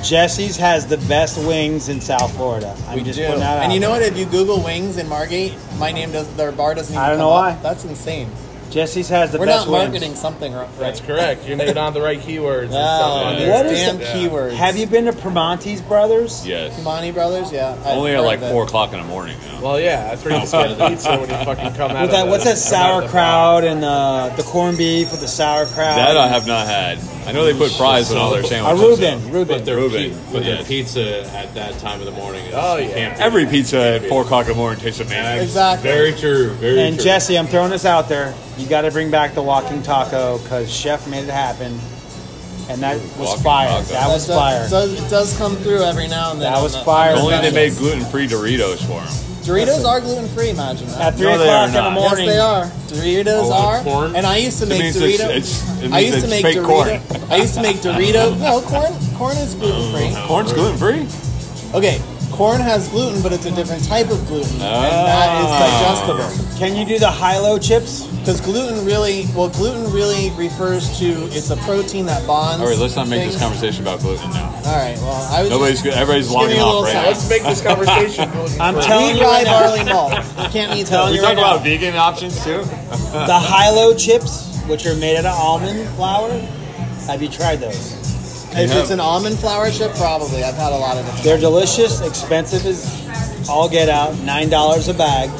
Jesse's has the best wings in South Florida. I'm We just do. putting that out. And you know what? If you Google wings in Margate, my name does their bar doesn't. Even I don't come know up. why. That's insane. Jesse's has the We're best not wings. marketing something right. That's correct. You're not on the right keywords. Wow, and there's What is damn the- keywords. Have you been to Primonti's Brothers? Yes. Monty Brothers? Yeah. I've Only heard at like of it. 4 o'clock in the morning. you know. Well, yeah, that's where you just get a pizza when you fucking come out. With of that, the- what's that come out of the sauerkraut and uh, the corned beef with the sauerkraut? That I have not had. I know they put fries in all their a sandwiches. Reuben, Reuben. But their Reuben. pi- but their Yes. pizza at that time of the morning is Oh, yeah. can't so. be- Every pizza at 4 o'clock in the morning tastes amazing. Exactly. Very true. Very And true. Jesse, I'm throwing this out there. You got to bring back the walking taco because Chef made it happen, and that was Walking fire. taco. That That was does- fire. Does, it does come through every now and then. That on was the- fire. on the Only they specials. made gluten free Doritos for them. Doritos are gluten free. Imagine that. At three No, they o'clock are in the not. Yes, morning, they are. Doritos Oh, are. corn? And I used to It make means it's, Doritos. it's, it I means used to it's make fake corn. Dorito. I used to make Dorito. No, corn. Corn is gluten free. Corn's gluten free? Oh. Okay, corn has gluten, but it's a different type of gluten, and Ah. that is digestible. Can you do the high-low chips? Because gluten really, well, gluten really refers to it's a protein that bonds. All right, let's not make this things. conversation about gluten now. All right, well, I was. Nobody's just, good. Everybody's Just give me logging a off little right side. now. Let's make this conversation. I'm telling wheat you right rye now, barley malt. You can't eat Telling those. We you right talk about now. vegan options too. the high-low chips, which are made out of almond flour. Have you tried those? If it's an almond flour chip, probably. I've had a lot of them. They're delicious, expensive as all get out. Nine dollars a bag.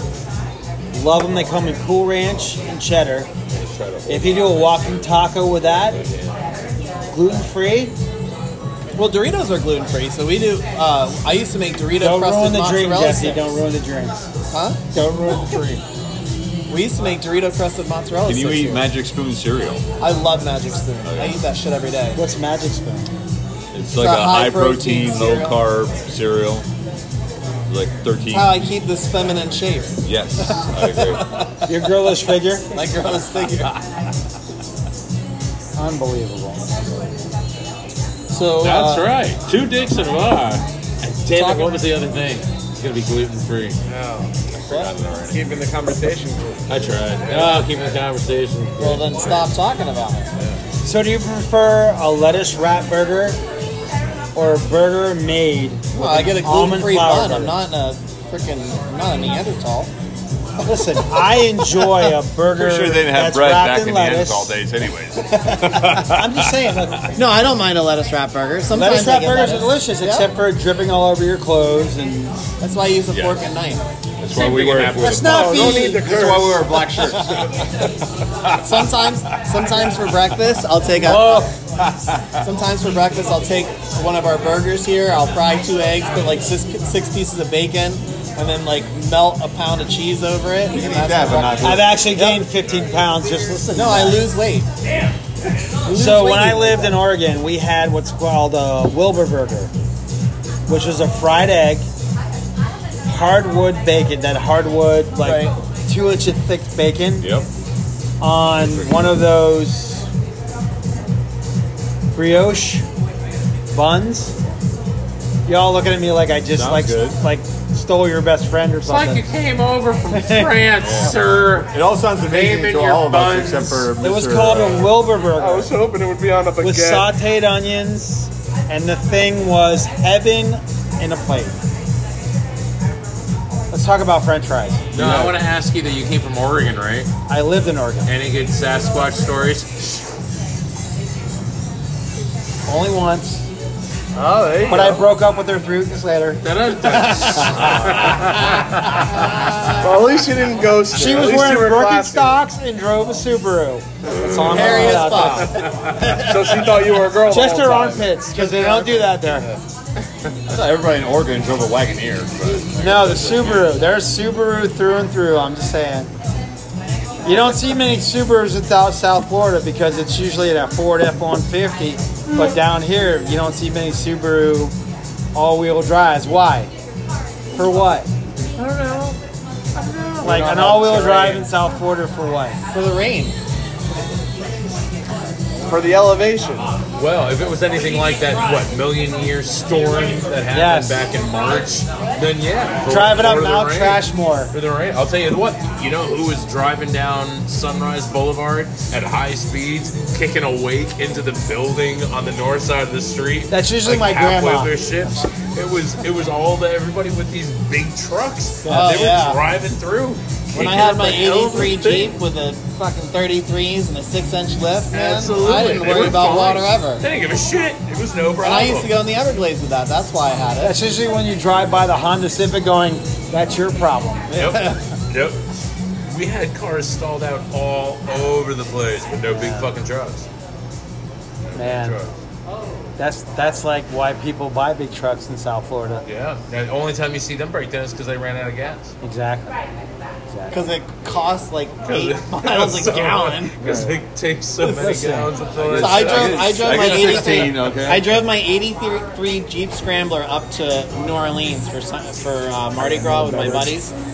Love them. They come in cool ranch and cheddar. If you do a walking taco with that, gluten-free. Well, Doritos are gluten free, so we do. Uh, I used to make Dorito Don't ruin crusted the dream, mozzarella Jesse. sticks. Don't ruin the dream. Huh? Don't ruin the dream. We used to make Dorito crusted mozzarella Can you sticks eat here. Magic Spoon cereal? I love Magic Spoon. I eat that shit every day. What's Magic Spoon? It's like a high protein, low carb cereal. Like thirteen. How I keep this feminine shape. Yes, I agree. Your girlish figure. Like girl's figure. Unbelievable. So That's uh, right. Two dicks and a bar. And damn it, what was the other thing? It's gonna be gluten free. No, I forgot it already. keeping the conversation. going. I tried. Oh, keeping the conversation. Well, then stop talking about it. So, do you prefer a lettuce wrap burger or a burger made? with Well, I get a an almond gluten-free flour bun. I'm burger? not a freaking. I'm not a Neanderthal. Listen, I enjoy a burger. I'm sure they didn't have that's bread wrapped back in in, the lettuce. end all days, anyways. I'm just saying, look, No, I don't mind a lettuce wrap burger. Sometimes lettuce I wrap get burgers are lettuce. delicious, Yeah. except for dripping all over your clothes. And that's why I use a Yeah. fork and knife. That's why we wear. That's That's Oh, not No need be. to why curse. we wear black shirts. Sometimes, sometimes for breakfast, I'll take a. Sometimes for breakfast, I'll take one of our burgers here. I'll fry two eggs, put like six, six pieces of bacon, and then like melt a pound of cheese over it. You can and eat that's that, for but not breakfast. I've actually gained 15 pounds just listening. No, to I that. lose weight. You lose So weight when I eating lived that. in Oregon, we had what's called a Wilbur burger, which was a fried egg, hardwood bacon, that hardwood like Right. two inch thick bacon Yep. on one of those brioche buns. Y'all looking at me like I just Sounds like good. like stole your best friend or something. came over from France, sir. It all sounds Name in amazing to your all of buns. us except for Mr. it was called a Wilbur burger. I was hoping it would be on a with baguette. sauteed onions, and the thing was heaven in a plate. Let's talk about French fries. No, I want to ask you that you came from Oregon, right? I lived in Oregon. Any good Sasquatch stories? Only once. Oh, there you But go. I broke up with her three weeks later. Uh, well, at least you didn't ghost. her. She At was least wearing you were classy. Birkenstocks and drove a Subaru. That's all I'm Hairy gonna as put out fuck. there. So she thought you were a girl. the Just whole her time. armpits, because they don't do that there. I thought everybody in Oregon drove a Wagoneer. But No, the Subaru. There's Subaru through and through, I'm just saying. You don't see many Subarus in Thou- South Florida because it's usually that Ford F-150. Mm-hmm. But down here, you don't see many Subaru all-wheel drives. Why? For I what? don't know. I don't know. Like an all-wheel drive in South Florida for what? For the rain. for the elevation. Well, if it was anything like that, what million year storm that happened Yes. back in March, then yeah, for- Drive it up for the Mount rain. Trashmore. For the rain, I'll tell you what. You know who was driving down Sunrise Boulevard at high speeds, kicking a wake into the building on the north side of the street? That's usually my halfway grandma. through shifts. It was it was all the everybody with these big trucks. Oh, they were yeah. driving through. When I kicking had up my a hell of a 83 thing. Jeep with the fucking 33s and the 6 inch lift, man, I Absolutely. didn't They worry were about fine. water ever. They didn't give a shit. It was no problem. And I used to go in the Everglades with that. That's why I had it. That's usually when you drive by the Honda Civic going, that's your problem. Yep. yep. We had cars stalled out all over the place with no big fucking trucks. Man, Trucks. that's that's like why people buy big trucks in South Florida. Yeah. The only time you see them break down is because they ran out of gas. Exactly. Because it costs like 8 miles a gallon. Because they take so many Listen. gallons of fuel. So I drove, I drove I my got 83, 16, okay. I drove my 83 Jeep Scrambler up to New Orleans for some- for uh, Mardi Gras with my buddies. and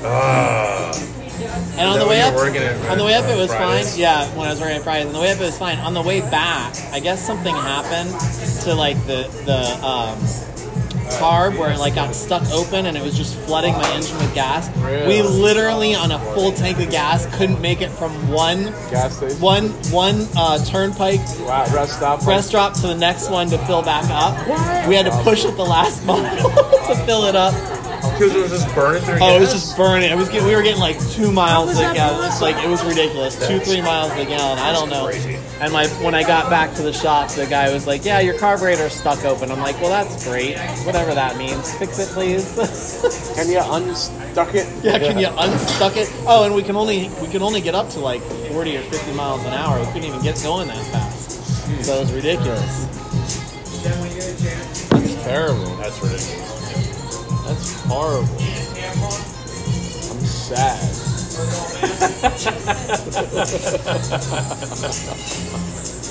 on that the when way you up, were working at, on the way up it uh, was fine. Fridays? Yeah, when I was working at Fridays, on the way up it was fine. On the way back, I guess something happened to like the the. Um, carb where it like got stuck open and it was just flooding my engine with gas we literally on a full tank of gas couldn't make it from one Gas station. one one uh, turnpike Wow, rest stop. press drop to the next one to fill back up. We had to push it the last mile to fill it up. Because it was just burning through Oh, it was gas. just burning. It was get, we were getting like two miles a gallon. It's like it was ridiculous. Two three miles a gallon. I don't know. And my when I got back to the shop, the guy was like, "Yeah, your carburetor's stuck open." I'm like, "Well, that's great. Whatever that means. Fix it, please." Can you unstuck it? yeah, can you unstuck it? Oh, and we can only we can only get up to like 40 or 50 miles an hour. We couldn't even get going that fast. So it was ridiculous. Terrible. That's ridiculous. That's horrible. I'm sad.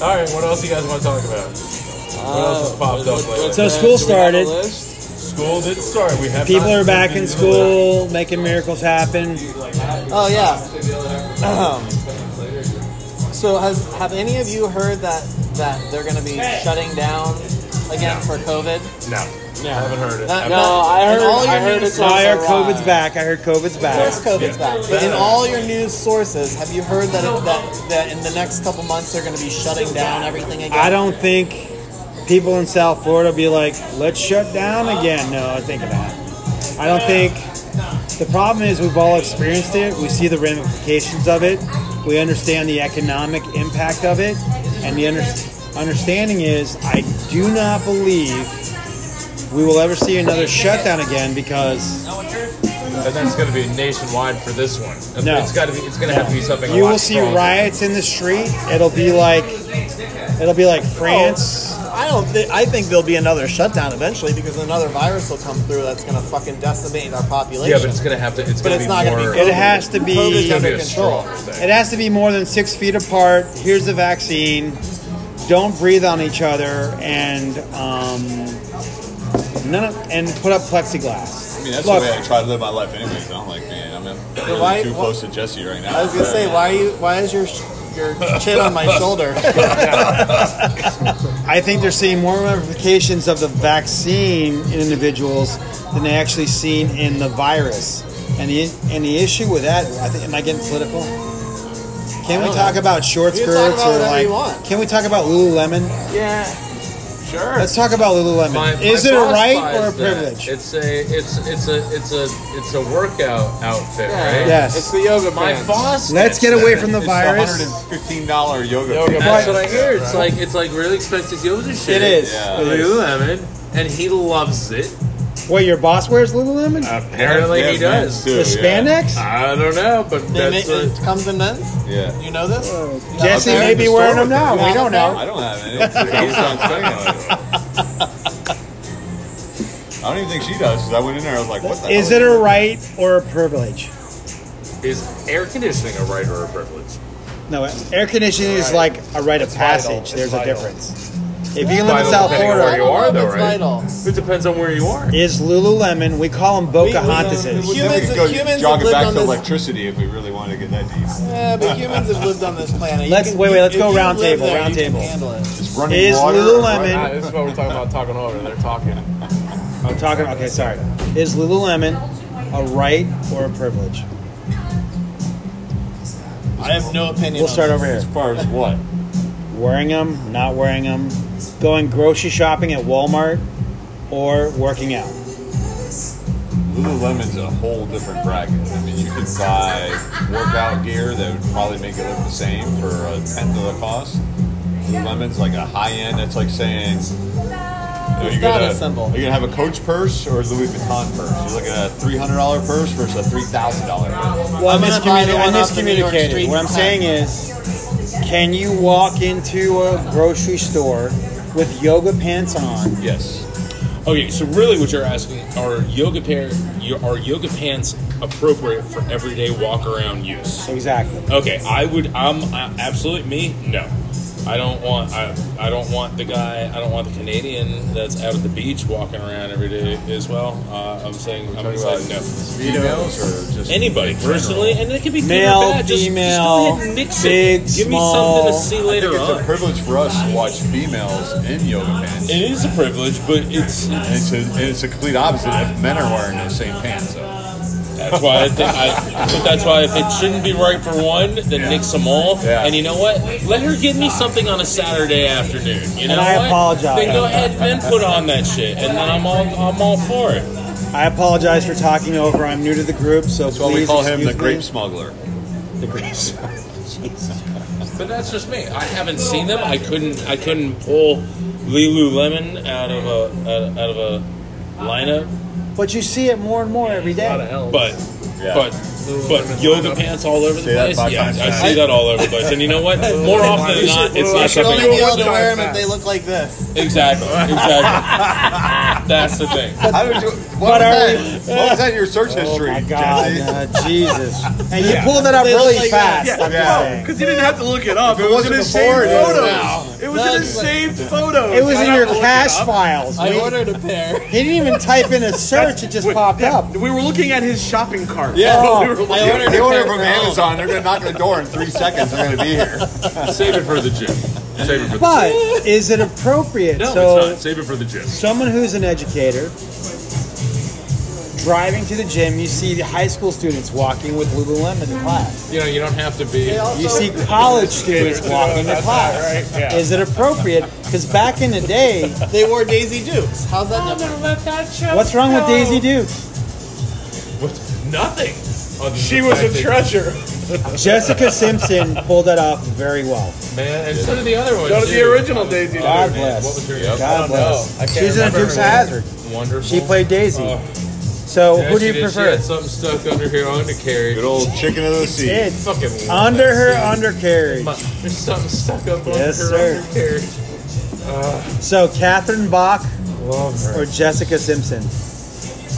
All right, what else you guys want to talk about? What else Uh, has popped up lately? So school started. School did start. We have People not- are back in school, making miracles happen. Oh yeah. Um, so has have any of you heard that that they're going to be shutting down again for COVID? Uh, No, I haven't heard it. Not- I've- not- I in heard- all your I heard news it's on I heard sources- COVID's back. I heard COVID's Of course back. COVID's back. But in all your news sources, have you heard that it, that, that in the next couple months they're going to be shutting down everything again? I don't think people in South Florida will be like, let's shut down again. No, I think about it. I don't think. The problem is we've all experienced it. We see the ramifications of it. We understand the economic impact of it, and the under- understanding is I do not believe we will ever see another shutdown again because And that's going to be nationwide for this one. No. It's got to be. It's going to have to be something. a you lot will see stronger. riots in the street. It'll be like it'll be like France. I don't. Th- I think there'll be another shutdown eventually because another virus will come through that's going to fucking decimate our population. Yeah, but it's going to have to. It's But going it's to be not more. gonna be good. It has to be. COVID's gonna be It's going to under be a control. stronger thing. It has to be more than six feet apart. Here's the vaccine. Don't breathe on each other, and um, none of, and put up plexiglass. I mean, that's Look, the way I try to live my life, anyways. I'm like, man, I'm not really why- too close to Jesse right now. I was gonna say, why are you? Why is your sh- your chin on my shoulder? I think they're seeing more ramifications of the vaccine in individuals than they actually seen in the virus. And the and the issue with that, I think, am I getting political? Can we talk about short You can talk skirts about or whatever like? you want. Can we talk about Lululemon? Yeah. Sure. Let's talk about Lululemon. My- my Is it a boss right buys or a that. privilege? It's a it's it's a it's a it's a workout outfit, right? Yeah. Yes. It's the yoga My pants. boss. Let's gets get away that. from the It's virus. the $115 Yoga yoga. pants. That's Right. what I hear. It's like it's like really expensive yoga shit. It is. Yeah. With Lululemon, and he loves it. Wait, your boss wears Lululemon? Apparently, Yeah, he mine does. too, the spandex? I don't know, but They make, that's it a, comes in men's. Yeah. You know this? Jesse they're may in be the wearing store them with now. them. We don't know. I don't have any. That's what I'm saying. Like, I don't even think she does because I went in there. I was like, "What the?" Is hell it a right or a privilege? Is air conditioning a right or a privilege? No, air conditioning is like a rite of passage. It's There's a vital. difference. If you live in vital South depending on where Florida, you are, though, It's right? vital. It depends on where you are. is Lululemon. We call them we- Bocahontases. Then we Humans- could go humans jog have it lived back on to this- electricity if we really wanted to get that deep. Yeah, but humans have lived on this planet. You Let's- can- wait, wait, let's if go you round live table, there, round you can table. handle it. Just running Is water. Lululemon- Ah, this is what we're talking about talking over. They're talking. I'm talking. Okay, sorry. Is Lululemon a right or a privilege? I have no opinion. We'll on start this. over here. As far as what? Wearing them, not wearing them, going grocery shopping at Walmart, or working out. Lululemon's a whole different bracket. I mean, you could buy workout gear that would probably make it look the same for a tenth of the cost. Lululemon's like a high end. That's like saying. Are you, not gonna, a symbol. are you gonna have a Coach purse or a Louis Vuitton purse? You're looking at a three hundred dollar purse versus a three thousand dollar purse. Well, I'm I gonna buy the miscommuni- I one off the New York miscommunicated. street What I'm sign. saying is, can you walk into a grocery store with yoga pants on? Yes. Okay, so really, what you're asking are yoga pair are yoga pants appropriate for everyday walk around use? Exactly. Okay, I would. I'm uh, absolutely me. No, I don't want. I, I don't want the guy. I don't want the Canadian that's out at the beach walking around every day as well. Uh, I'm saying. I'm Talking saying about no. Females or just Anybody personally, and it could be good or Male, bad, just- Just, go female, ahead and mix big, it. Give small. me something to see I later think it's a on. privilege for us to watch females in yoga pants. It is a privilege, but it's And it's, a, and it's a complete opposite if men are wearing those same pants. So. That's why I think I, but that's why if it shouldn't be right for one, then Yeah. mix them all. Yeah. And you know what? Let her give me something on a Saturday afternoon. You know And I what? apologize. Then go ahead and then put on that shit, and then I'm all I'm all for it. I apologize for talking over. I'm new to the group, so That's why please we call him the excuse grape me. smuggler. The grapes. But that's just me. I haven't seen them. I couldn't. I couldn't pull Lululemon out of a out, out of a lineup. But you see it more and more every day. But Yeah. but. But yoga pants all over the Say that place. five Yeah, times I fast. see that all over the place. And you know what? More often than not, it's I not should something. only be able to Time wear them if fast. they look like this. Exactly. Exactly. That's the thing. How did you, what, was But are that, we- what was that in your search history? Oh, My God, Jesse? uh, Jesus! And you pulled it up They look really like fast. that. I'm just Yeah. saying. Because you didn't have to look it up. If it wasn't before, it is now. It was No, in the it's like- saved photos. It was I in don't your have to look cache it up. files. I We- ordered a pair. He didn't even type in a search; it just Wait, popped yeah, up. We were looking at his shopping cart. Yeah. That's Oh, what we I were looking ordered They a order pair from for home. Amazon. They're gonna knock on the door in three seconds. They're gonna be here. Save it for the gym. Save it for the But is it appropriate? No, so, it's not. Save it for the gym. someone who's an educator driving to the gym, you see the high school students walking with Lululemon in class. You know, you don't have to be. You see college students walking to class. right, yeah. Is it appropriate? Because back in the day, They wore Daisy Dukes. How's that? different? what's wrong with Daisy Dukes? Nothing. other than She the was fact a that- treasure. Jessica Simpson pulled that off very well. Man, and so did the other one. Go to the original Daisy. God Duke. bless. What was her Yep. God bless. I can't She was in a remember Dukes of her name. Hazard. Wonderful. She played Daisy. Oh. So Yeah, who do she you did. She prefer? had something stuck under her undercarriage. Good old chicken of the sea. It's Fucking love under that her scene. undercarriage. My- There's something stuck up under Yes, her sir. undercarriage. So Catherine Bach Love her. or Jessica Simpson?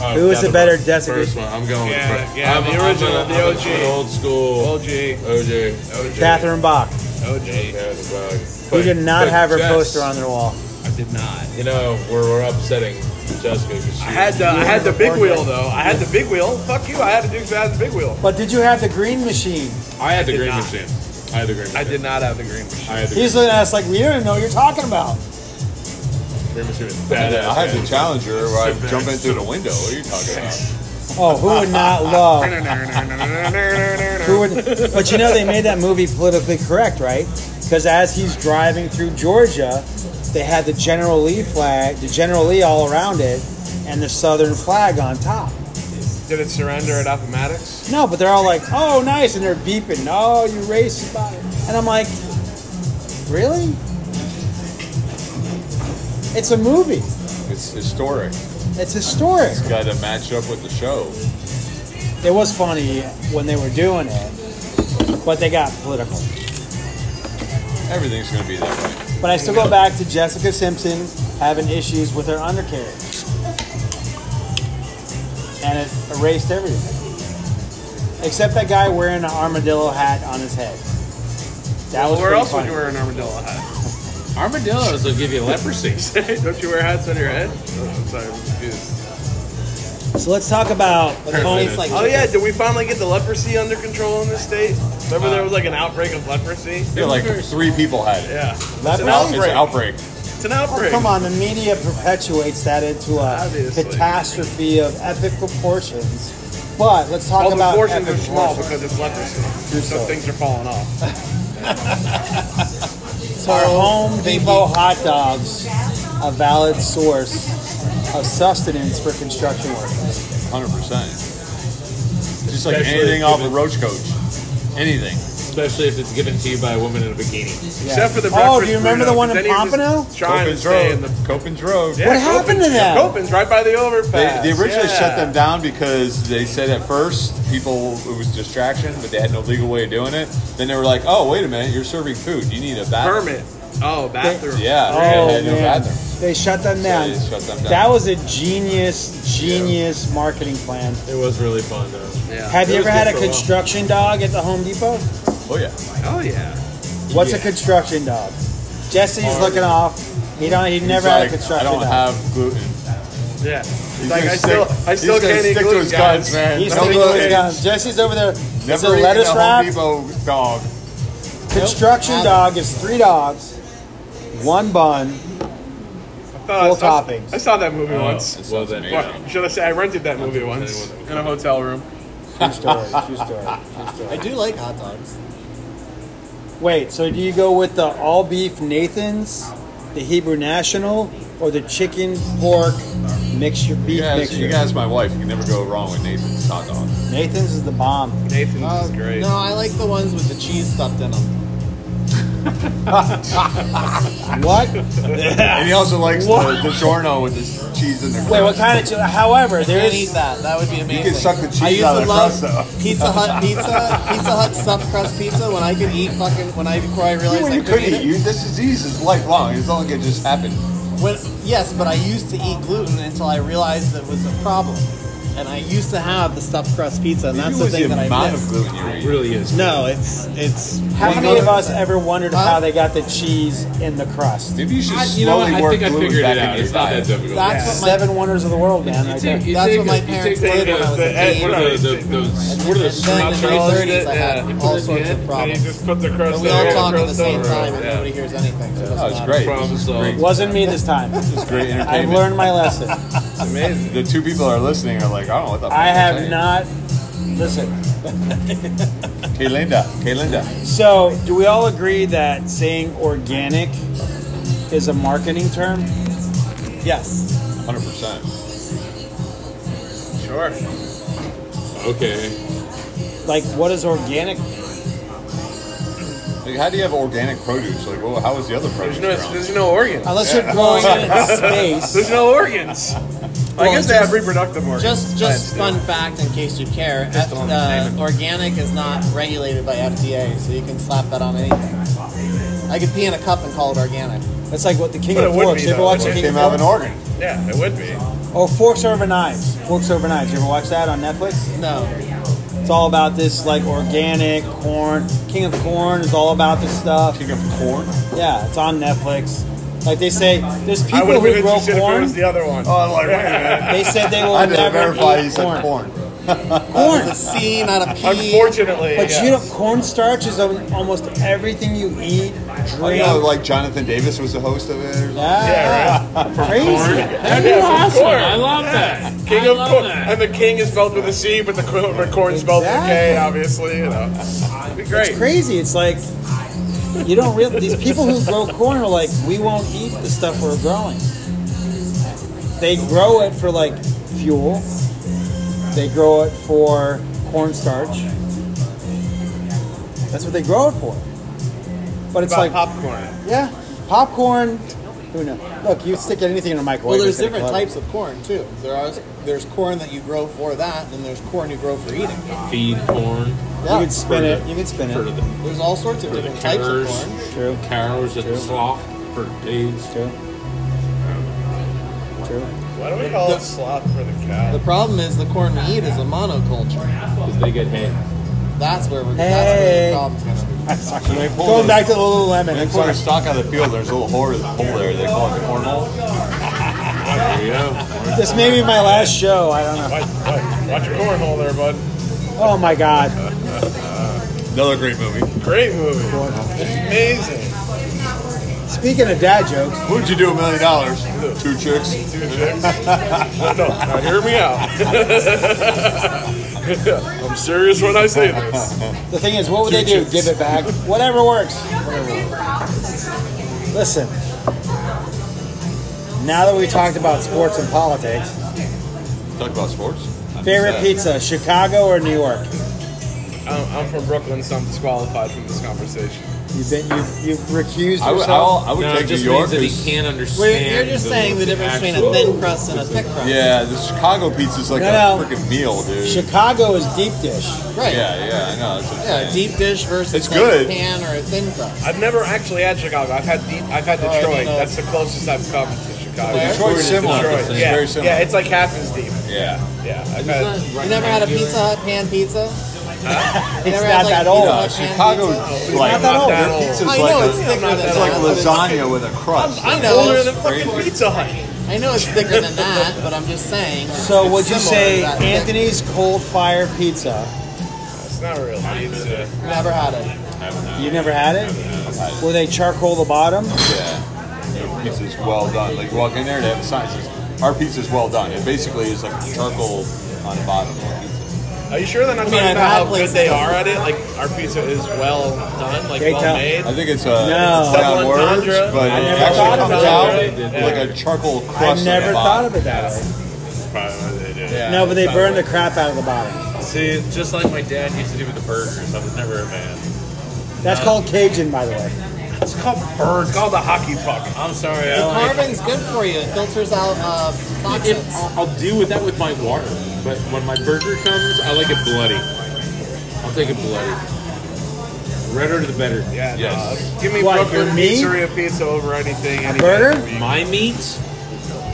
Oh, Who is got the better first Jessica? one. I'm going Yeah, with the first. yeah, I'm, the I'm original, gonna- the I'm gonna OG. put Old school. OG. OJ. OJ. Catherine Bach. OJ. OJ. Who did not have her poster on their wall. I did not. You know, we're, we're upsetting Jessica because she I had the, I had the big wheel though. I had the big wheel. Fuck you. I had a Duke's of Hazard big wheel. But did you have the green machine? I had the did green not. machine. I had the green machine. I did not have the green. I had the green, He's looking at us like we don't even know what you're talking about. green machine. was I Badass. had man. the challenger where I would jump in through the window. What are you talking about? Oh, who would not love? Who Who would? But you know they made that movie politically correct, right? Because as he's driving through Georgia, they had the General Lee flag, the General Lee all around it, and the Southern flag on top. did it surrender at Appomattox? No, but they're all like, "Oh, nice," and they're beeping, "Oh, you racist!" blah." And I'm like, "Really? It's a movie. It's historic. It's historic." Got to match up with the show. It was funny when they were doing it, but they got political. Everything's gonna be that way. But I still go back to Jessica Simpson having issues with her undercarriage. And it erased everything. except that guy wearing an armadillo hat on his head. That Well, was where pretty else funny. would you wear an armadillo hat? Armadillos will give you leprosy. Don't you wear hats on your head? Oh, I'm sorry, I'm confused. So let's talk about Tastes like Oh yeah, did we finally get the leprosy under control in this state? Remember there was like an outbreak of leprosy? Yeah, like three people had it. Yeah, That's an outbreak. outbreak. it's an outbreak. Oh, Come on, the media perpetuates that into a Obviously. catastrophe of epic proportions. But let's talk Well, the about portions epic are small proportions. because it's leprosy, so so. things are falling off. Are Home Depot hot dogs a valid source of sustenance for construction workers? Hundred percent. Just like Especially anything off a given- roach coach. Anything. Especially if it's given to you by a woman in a bikini. Yeah. Except for the oh, breakfast do you remember the burrito, one in 'cause then he was Pompano? Trying to Copens stay in Road. the Copens Road. Yeah, What happened to Copens- that? Copens right by the They, overpass. they originally yeah. shut them down because they said at first people it was distraction, but they had no legal way of doing it. Then they were like, "Oh, wait a minute, you're serving food. You need a bathroom." Permit. Oh, bathroom. Yeah, Oh, they had no man. bathroom. They shut them down. they shut them down. That was a genius, genius marketing plan. It was really fun though. Yeah. Have you It was ever had good for a a while. construction dog at the Home Depot? Oh yeah, Oh yeah. What's a Yeah. construction dog? Jesse's looking off. He don't. He never had He's a like, construction I don't dog. have gluten. Yeah. He's Like, gonna I still- I he's still gonna can't eat stick to gluten, his guys. guns, man. He's No sticking to his gluten. guns. Jesse's over there. It's a Never eaten lettuce Home wrap. Depot dog. Construction Nope. dog is three dogs, one bun. I thought- Full Uh, I- toppings. I saw that movie once. Oh, well then. Or Should I say I rented that movie once anyone in a hotel room? True story. True story. True I story. do like hot dogs. Wait. So do you go with the all beef Nathan's, the Hebrew National, or the chicken pork mixture beef You guys, mixture? you guys, my wife, you can never go wrong with Nathan's hot dog. Nathan's is the bomb. Nathan's Uh, is great. No, I like the ones with the cheese stuffed in them. What? And he also likes the, the giorno with the cheese in the Wait. crust. What kind of? chi- However, there Can't eat is. that. That would be amazing. You can suck the cheese I used out to of the love crust, though. Pizza Hut pizza, Pizza Hut stuffed crust pizza. When I could eat fucking, when I before I realized You, I you could couldn't eat eat. it. You, this disease is lifelong. It's not like it just happened. When, yes, but I used to eat gluten until I realized it was a problem. And I used to have the stuffed crust pizza, and that's Maybe the it was thing the that I amount missed. of gluten you were It eating. really is. No, it's it's. How many of us ever wondered Huh? how they got the cheese in the crust? Maybe you should I, you know slowly what? I work think I gluten figured back it into out. your It's not that diet. difficult. That's what my Seven wonders of the world, man. You Right take- there. you That's take what a- my you parents take did the- when I was a the- kid. What are the, the, those, what are the then in snot my balls? 30s, I had Yeah. all sorts of And problems. you just put the But crust we in all there, talk at the crust same over it. time, and Yeah. nobody hears anything. So it Oh, doesn't it's matter. great. Problem It's solved. great. Wasn't me this time. It's great I've entertainment. learned my lesson. Amazing. The two people that are listening are like, I don't know what the fuck I you're have saying. not. Listen. Kaylinda. Kaylinda. So, do we all agree that saying organic is a marketing term? Yes. 100%. Sure. Okay. Like, what is organic? mean? Like, how do you have organic produce? Like, well, how is the other produce There's no, grown? there's no organs. Unless you're growing it in space. There's no organs. I guess they have reproductive organs. Just just But- fun fact in case you care, Just F- don't name uh, organic is not regulated by FDA, so you can slap that on anything. I could pee in a cup and call it organic. That's like what the King But of it would Forks. be, You ever though. watch the It King of came out of an Forks? organ. Yeah, it would be. Or Forks Over Knives. Forks Over Knives. You ever watch that on Netflix? No. It's all about this like organic corn. King of Corn is all about this stuff. King of corn. Yeah, it's on Netflix. Like they say, there's I people would have been who grow interested if it corn. was the other one. Oh, I'm like, wait a minute. They said they will I didn't never verify eat you said corn. corn. Corn. The C, not a P. Unfortunately, But yeah. you know, cornstarch is on almost everything you eat, You drink. know, like Jonathan Davis was the host of it. Or something. yeah, Yeah, crazy. That'd be Yeah, from awesome. corn. I love that. King I of love corn, that. and the king is spelled with a C, but the corn corn spelled with a K, Exactly. obviously. You know, it'd be great. It's crazy. It's like you don't really. These people who grow corn are like, we won't eat the stuff we're growing. They grow it for like fuel. They grow it for cornstarch. That's what they grow it for. But it's About like popcorn. Yeah, popcorn. Who knows? Look, you stick anything in a microwave. Well, there's it's gonna different color. types of corn too. There are there's corn that you grow for that, and there's corn you grow for eating. Feed corn. You Yeah. can spin For it. the- You can spin For it. the There's all sorts of for the different types of cows. corn. True. Cows and sloth for days. True. True. Why do we call it slop for the The cow? problem is the corn we eat is a monoculture. Because they get hay. That's where we're. That's where Hey. the problem's gonna When they pull Going the- back to Lululemon. When they I'm pull sorry. their stock out of the field, there's a little hole there's a hole there. They call it the cornhole. there you go. This may be my last show. I don't know. Watch, watch, watch your cornhole there, bud. Oh my god. Another great movie. Great movie. Amazing. Speaking of dad jokes, Would you do a million dollars? Two chicks. No, now hear me out. I'm serious when I say this. the thing is, what would they do? Give it back? Whatever works. Listen. Now that we talked about sports and politics, Talk about sports. I missed favorite that. pizza, Chicago or New York? I'm, I'm from Brooklyn, so I'm disqualified from this conversation. You've been you've, you've recused I would, I yourself. would, I would no, take it just New means York. that as- he can't We're, understand. you're just saying the difference between a actual- thin crust and a thick crust. Yeah, the Chicago pizza's like No, a no. freaking meal, dude. Chicago is deep dish. Right. Yeah. yeah, yeah, I know. That's what I'm saying. deep dish versus It's like good. a pan or a thin crust. I've never actually had Chicago. I've had the, I've Oh, had Alright, Detroit. no. That's the closest I've come to Chicago. Where? Detroit's Detroit. similar. It's Yeah. very similar. yeah, it's like half as deep. Yeah. Yeah, I've had, You never had a Pizza Hut pan pizza? You It's never not had, like, that a Pizza Oh, old. Hut Uh, pan Chicago, pizza? like, not that old. their pizza's I like, know a- it's thicker than it's like that. lasagna with a crust. I I'm know. older than It's fucking crazy. Pizza Hut. I know it's thicker than that, but I'm just saying. So it's would you similar to say that thick- Anthony's cold fire pizza? It's not real pizza. Never had it. You never had it? Will they charcoal the bottom? Yeah. Their pizza's well done. Like, you walk in there, they have signs. Our pizza's well done. It basically is like charcoal on the bottom of the pizza. Are you sure they're not mean, talking I've about had how good places- they are at it? Like our pizza is well done, like They well tell- made. I think it's a Double it's down words, entendre. but it I never actually thought comes of it. out Yeah. like a charcoal crust. I on never the thought bottom. of it that way. Yeah. No, but they burn the crap out of the bottom. See, just like my dad used to do with the burgers, I was never a fan. That's called Cajun, by the way. It's called bird. It's called the hockey puck. I'm sorry. The I don't like- carbon's good for you. It filters out uh, If, toxins. I'll, I'll deal with that with my water, but when my burger comes, I like it bloody. I'll take it bloody. Redder the better. Yeah. Yes. No. Give me What, Brooklyn your meat? pizzeria pizza over anything. any day burger? of the week. My meat,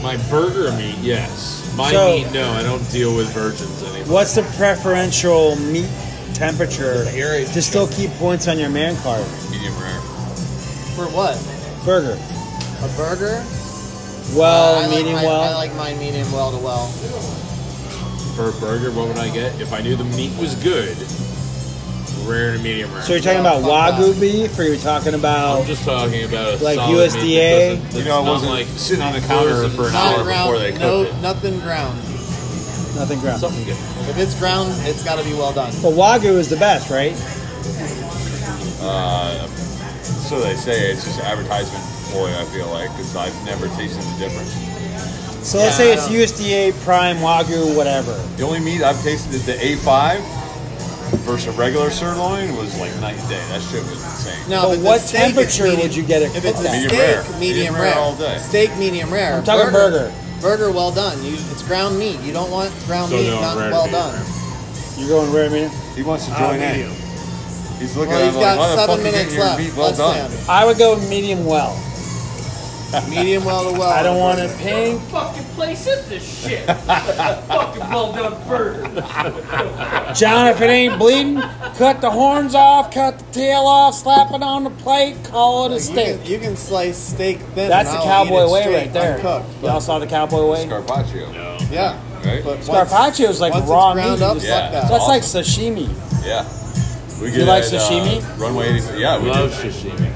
my burger meat, yes. My So- meat, no. I don't deal with virgins anymore. What's the preferential meat temperature to still keep points on your man card? Medium rare. For what? Burger. A burger? I Well, like medium mine- I well. like mine medium well to well. For a burger, what would I get if I knew the meat was good? Rare to medium rare. So you're talking Yeah, about fuck wagyu beef, or you're talking I'm about just talking about a Like solid meat that USDA? doesn't- that's You know, I not wasn't like sitting on the counter frozen. for an Not hour before they ground, cooked no, it. nothing ground. nothing ground? something good. If it's ground, it's got to be well done. But wagyu is the best, right? So they say it's just advertisement ploy. I feel like because I've never tasted the difference. So Yeah, let's say I it's don't- USDA prime wagyu, whatever. The only meat I've tasted is the A5 versus a regular sirloin was like night and day. That shit was insane. No, But if it's a what steak, it's temperature medium- would you get it If it's cooked a at? steak, Medium medium rare. rare. Medium rare all day. Steak, medium rare. I'm talking burger. Burger, well done. You, it's ground meat. You don't want ground So meat no, not rare to well medium done. rare. You're going rare medium. He wants Oh, to Uh, join in. medium. He's looking Well, at he's him like, got "Motherfucker, seven get minutes your left. meat well Let's done." stand. I would go medium well. Medium well to well. I don't want it pink. fucking place is this shit? fucking well done burger. John, if it ain't bleeding, cut the horns off, cut the tail off, slap it on the plate, call it a You steak. can, you can slice steak thin. That's and the I'll eat cowboy it way straight right there. uncooked, Y'all but- saw the cowboy way? Scarpaccio. yeah. Right? But once- Scarpaccio is like once raw it's ground meat. Up, Just- fuck Yeah. that. That's like sashimi. Yeah. We You like at, uh, sashimi? runway 84. Yeah, we Love do. sashimi.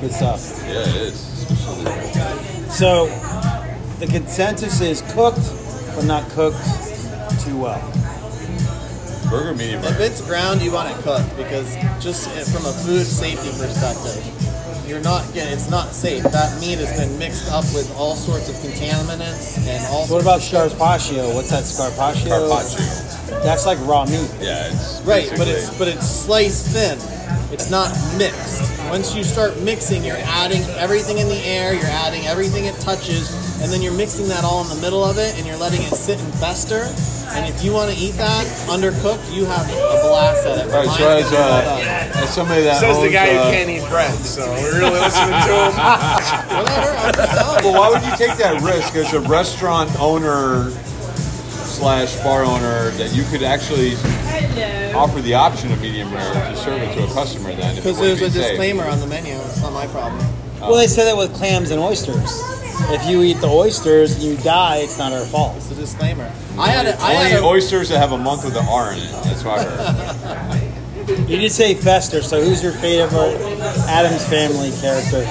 Good stuff. Yeah, it is. Especially So, the consensus is cooked, but not cooked too well. burger medium If rare. it's ground, you want it cooked because just from a food safety perspective, you're not getting. It's not safe. That meat has been mixed up with all sorts of contaminants and all. What sorts about of shit. scarpaccio? What's that scarpaccio? Carpaccio. That's like raw meat. Yeah, it's Right, but basically- it's but it's sliced thin. It's not mixed. Once you start mixing, you're adding everything in the air. You're adding everything it touches, and then you're mixing that all in the middle of it, and you're letting it sit and fester. And if you want to eat that undercooked, you have a blast at it. All right, Mine's so as, gonna be well done. uh, as somebody that Says owns, the guy who uh, can't eat bread. So we're really listening to him. Whatever, I'm just telling you. Well, why would you take that risk as a restaurant owner slash bar owner that you could actually offer the option of medium rare to serve it to a customer then. if it Because were to there's a be safe. disclaimer on the menu. It's not my problem. Well, they said that with clams and oysters. If you eat the oysters and you die, it's not our fault. It's a disclaimer. I had a, I Only had a, oysters that have a month with an R in it. That's what I heard. You did say Fester, so who's your favorite Adam's family character?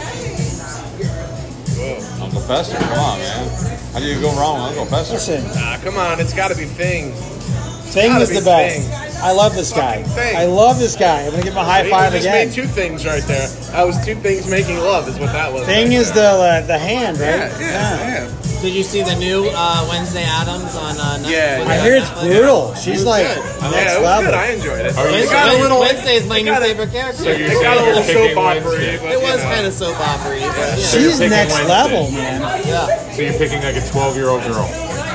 Uncle Fester, come on, man. How do you go wrong with Uncle Fester? Listen, Ah, come on, it's got to be Thing. Thing gotta was be the best. I love this guy. Fucking Thing. I love this guy. I'm gonna give him a high We five just again. made two things right there. That was two things making love, is what that was. Thing right is the there. uh, the hand, right? Yeah, yeah, did you see the new uh, Wednesday Adams on uh, Netflix? Yeah, Was I it hear it's Netflix? brutal. She's like yeah. next Yeah, it was level. good. I enjoyed it. Wednesday, It got a little. Wednesday is my it new got a- favorite character. So you're It got a saying little you're soap picking opera. Wednesday. it was kind of soap opera. Yeah. She's picking next Wednesday. level, man. yeah. So you're picking like a 12 year old girl.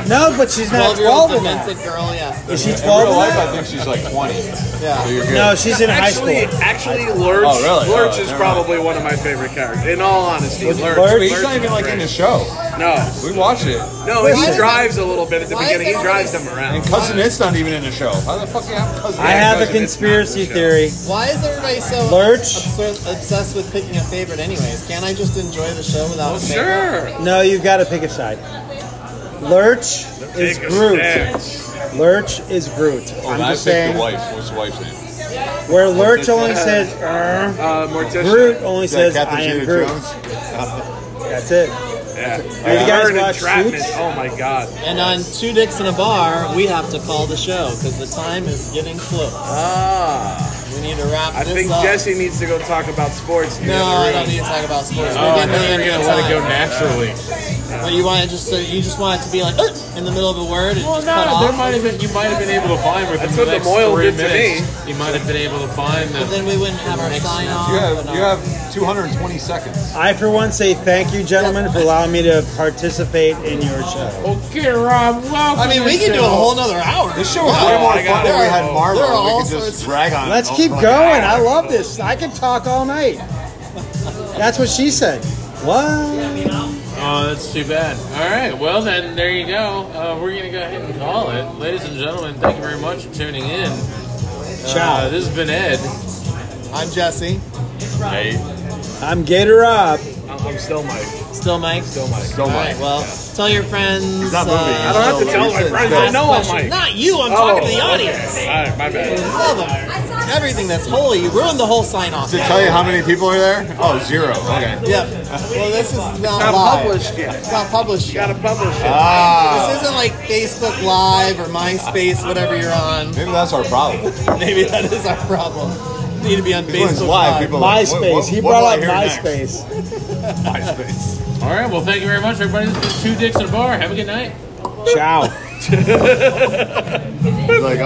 No, but she's not 12 year 12 old in that. demented girl. Yeah. Is she In real 12 in life, I that? think she's like 20. Yeah. So you're good. No, she's in high Actually, school. actually, Lurch, Oh, really? Lurch Oh, is never mind. probably one of my favorite characters. In all honesty, Lurch. Lurch? He's not is even like great. in the show. No, We watch it. no, Listen. he drives a little bit at the Why is beginning. He it drives always- them around. And Cousin It's not even in the show. How the fuck you have Cousin I It's have a Cousin It's not in the conspiracy show? theory. Why is everybody so Lurch? obsessed, obsessed with picking a favorite? Anyways, can't I just enjoy the show without a favorite? Oh, Sure. No, you've got to pick a side. Lurch is Take a Groot. stance. Lurch is Groot. Oh, I'm and I just picked the saying. wife. What's the wife's name? Where Lurch only says, "Er," Uh, Morticia. Groot only Is that says, Catherine I am Groot. Zeta-Jones? Uh, That's it. Yeah. you guys Burn and watch Entrapment. Suits? Oh my god. And on Two Dicks in a Bar, we have to call the show because the time is getting close. Ah. We need to wrap I this think up. Jesse needs to go talk about sports. in the No, other I don't room. need to talk about sports. Oh, I We're getting thought to the we were end going of to the let it go time. naturally. But you want it just to, you just want it to be like "Uh," in the middle of a word. And Well, just cut no, off. there might have been, you might have been able to find within That's the what the next Moyle three did to minutes. You might have been able to find But the. then we wouldn't have our sign off. You have, and you our- have 220 seconds. I, for one, say thank you, gentlemen, for allowing me to participate in your show. Okay, Rob, welcome. I mean, we can could do a whole nother hour. This show is way Oh, more I got fun when it. we had Marvel. There are We all could sorts- just drag on. Let's all keep fucking going. hour. I love this. I could talk all night. That's what she said. What? Oh, that's too bad. All right, well then, there you go. Uh, we're gonna go ahead and call it, ladies and gentlemen. Thank you very much for tuning in. Uh, Ciao. this has been Ed. I'm Jesse. I'm Gator Rob. I'm I'm still Mike. Still Mike. Still Mike. All right. Well, tell your friends. not moving. uh, I don't have to so- tell my friends. I Last know I'm question. Mike. Not you. I'm Oh, talking to the audience. All right, my bad. All the- Everything that's holy. You ruined the whole sign off. Does it tell you how many people are there? Oh, zero. Okay. Yep. Well, this is not, Not live. published yet. It's not published yet. Gotta publish it. Ah. This isn't like Facebook Live or MySpace, whatever you're on. Maybe that's our problem. Maybe that is our problem. Need to be on Because when it's Facebook live, Live. people are like, what- MySpace. what- he what brought will I up hear next? MySpace. MySpace. All right, well, thank you very much, everybody. This has been Two Dicks and a Bar. Have a good night. Ciao. Like,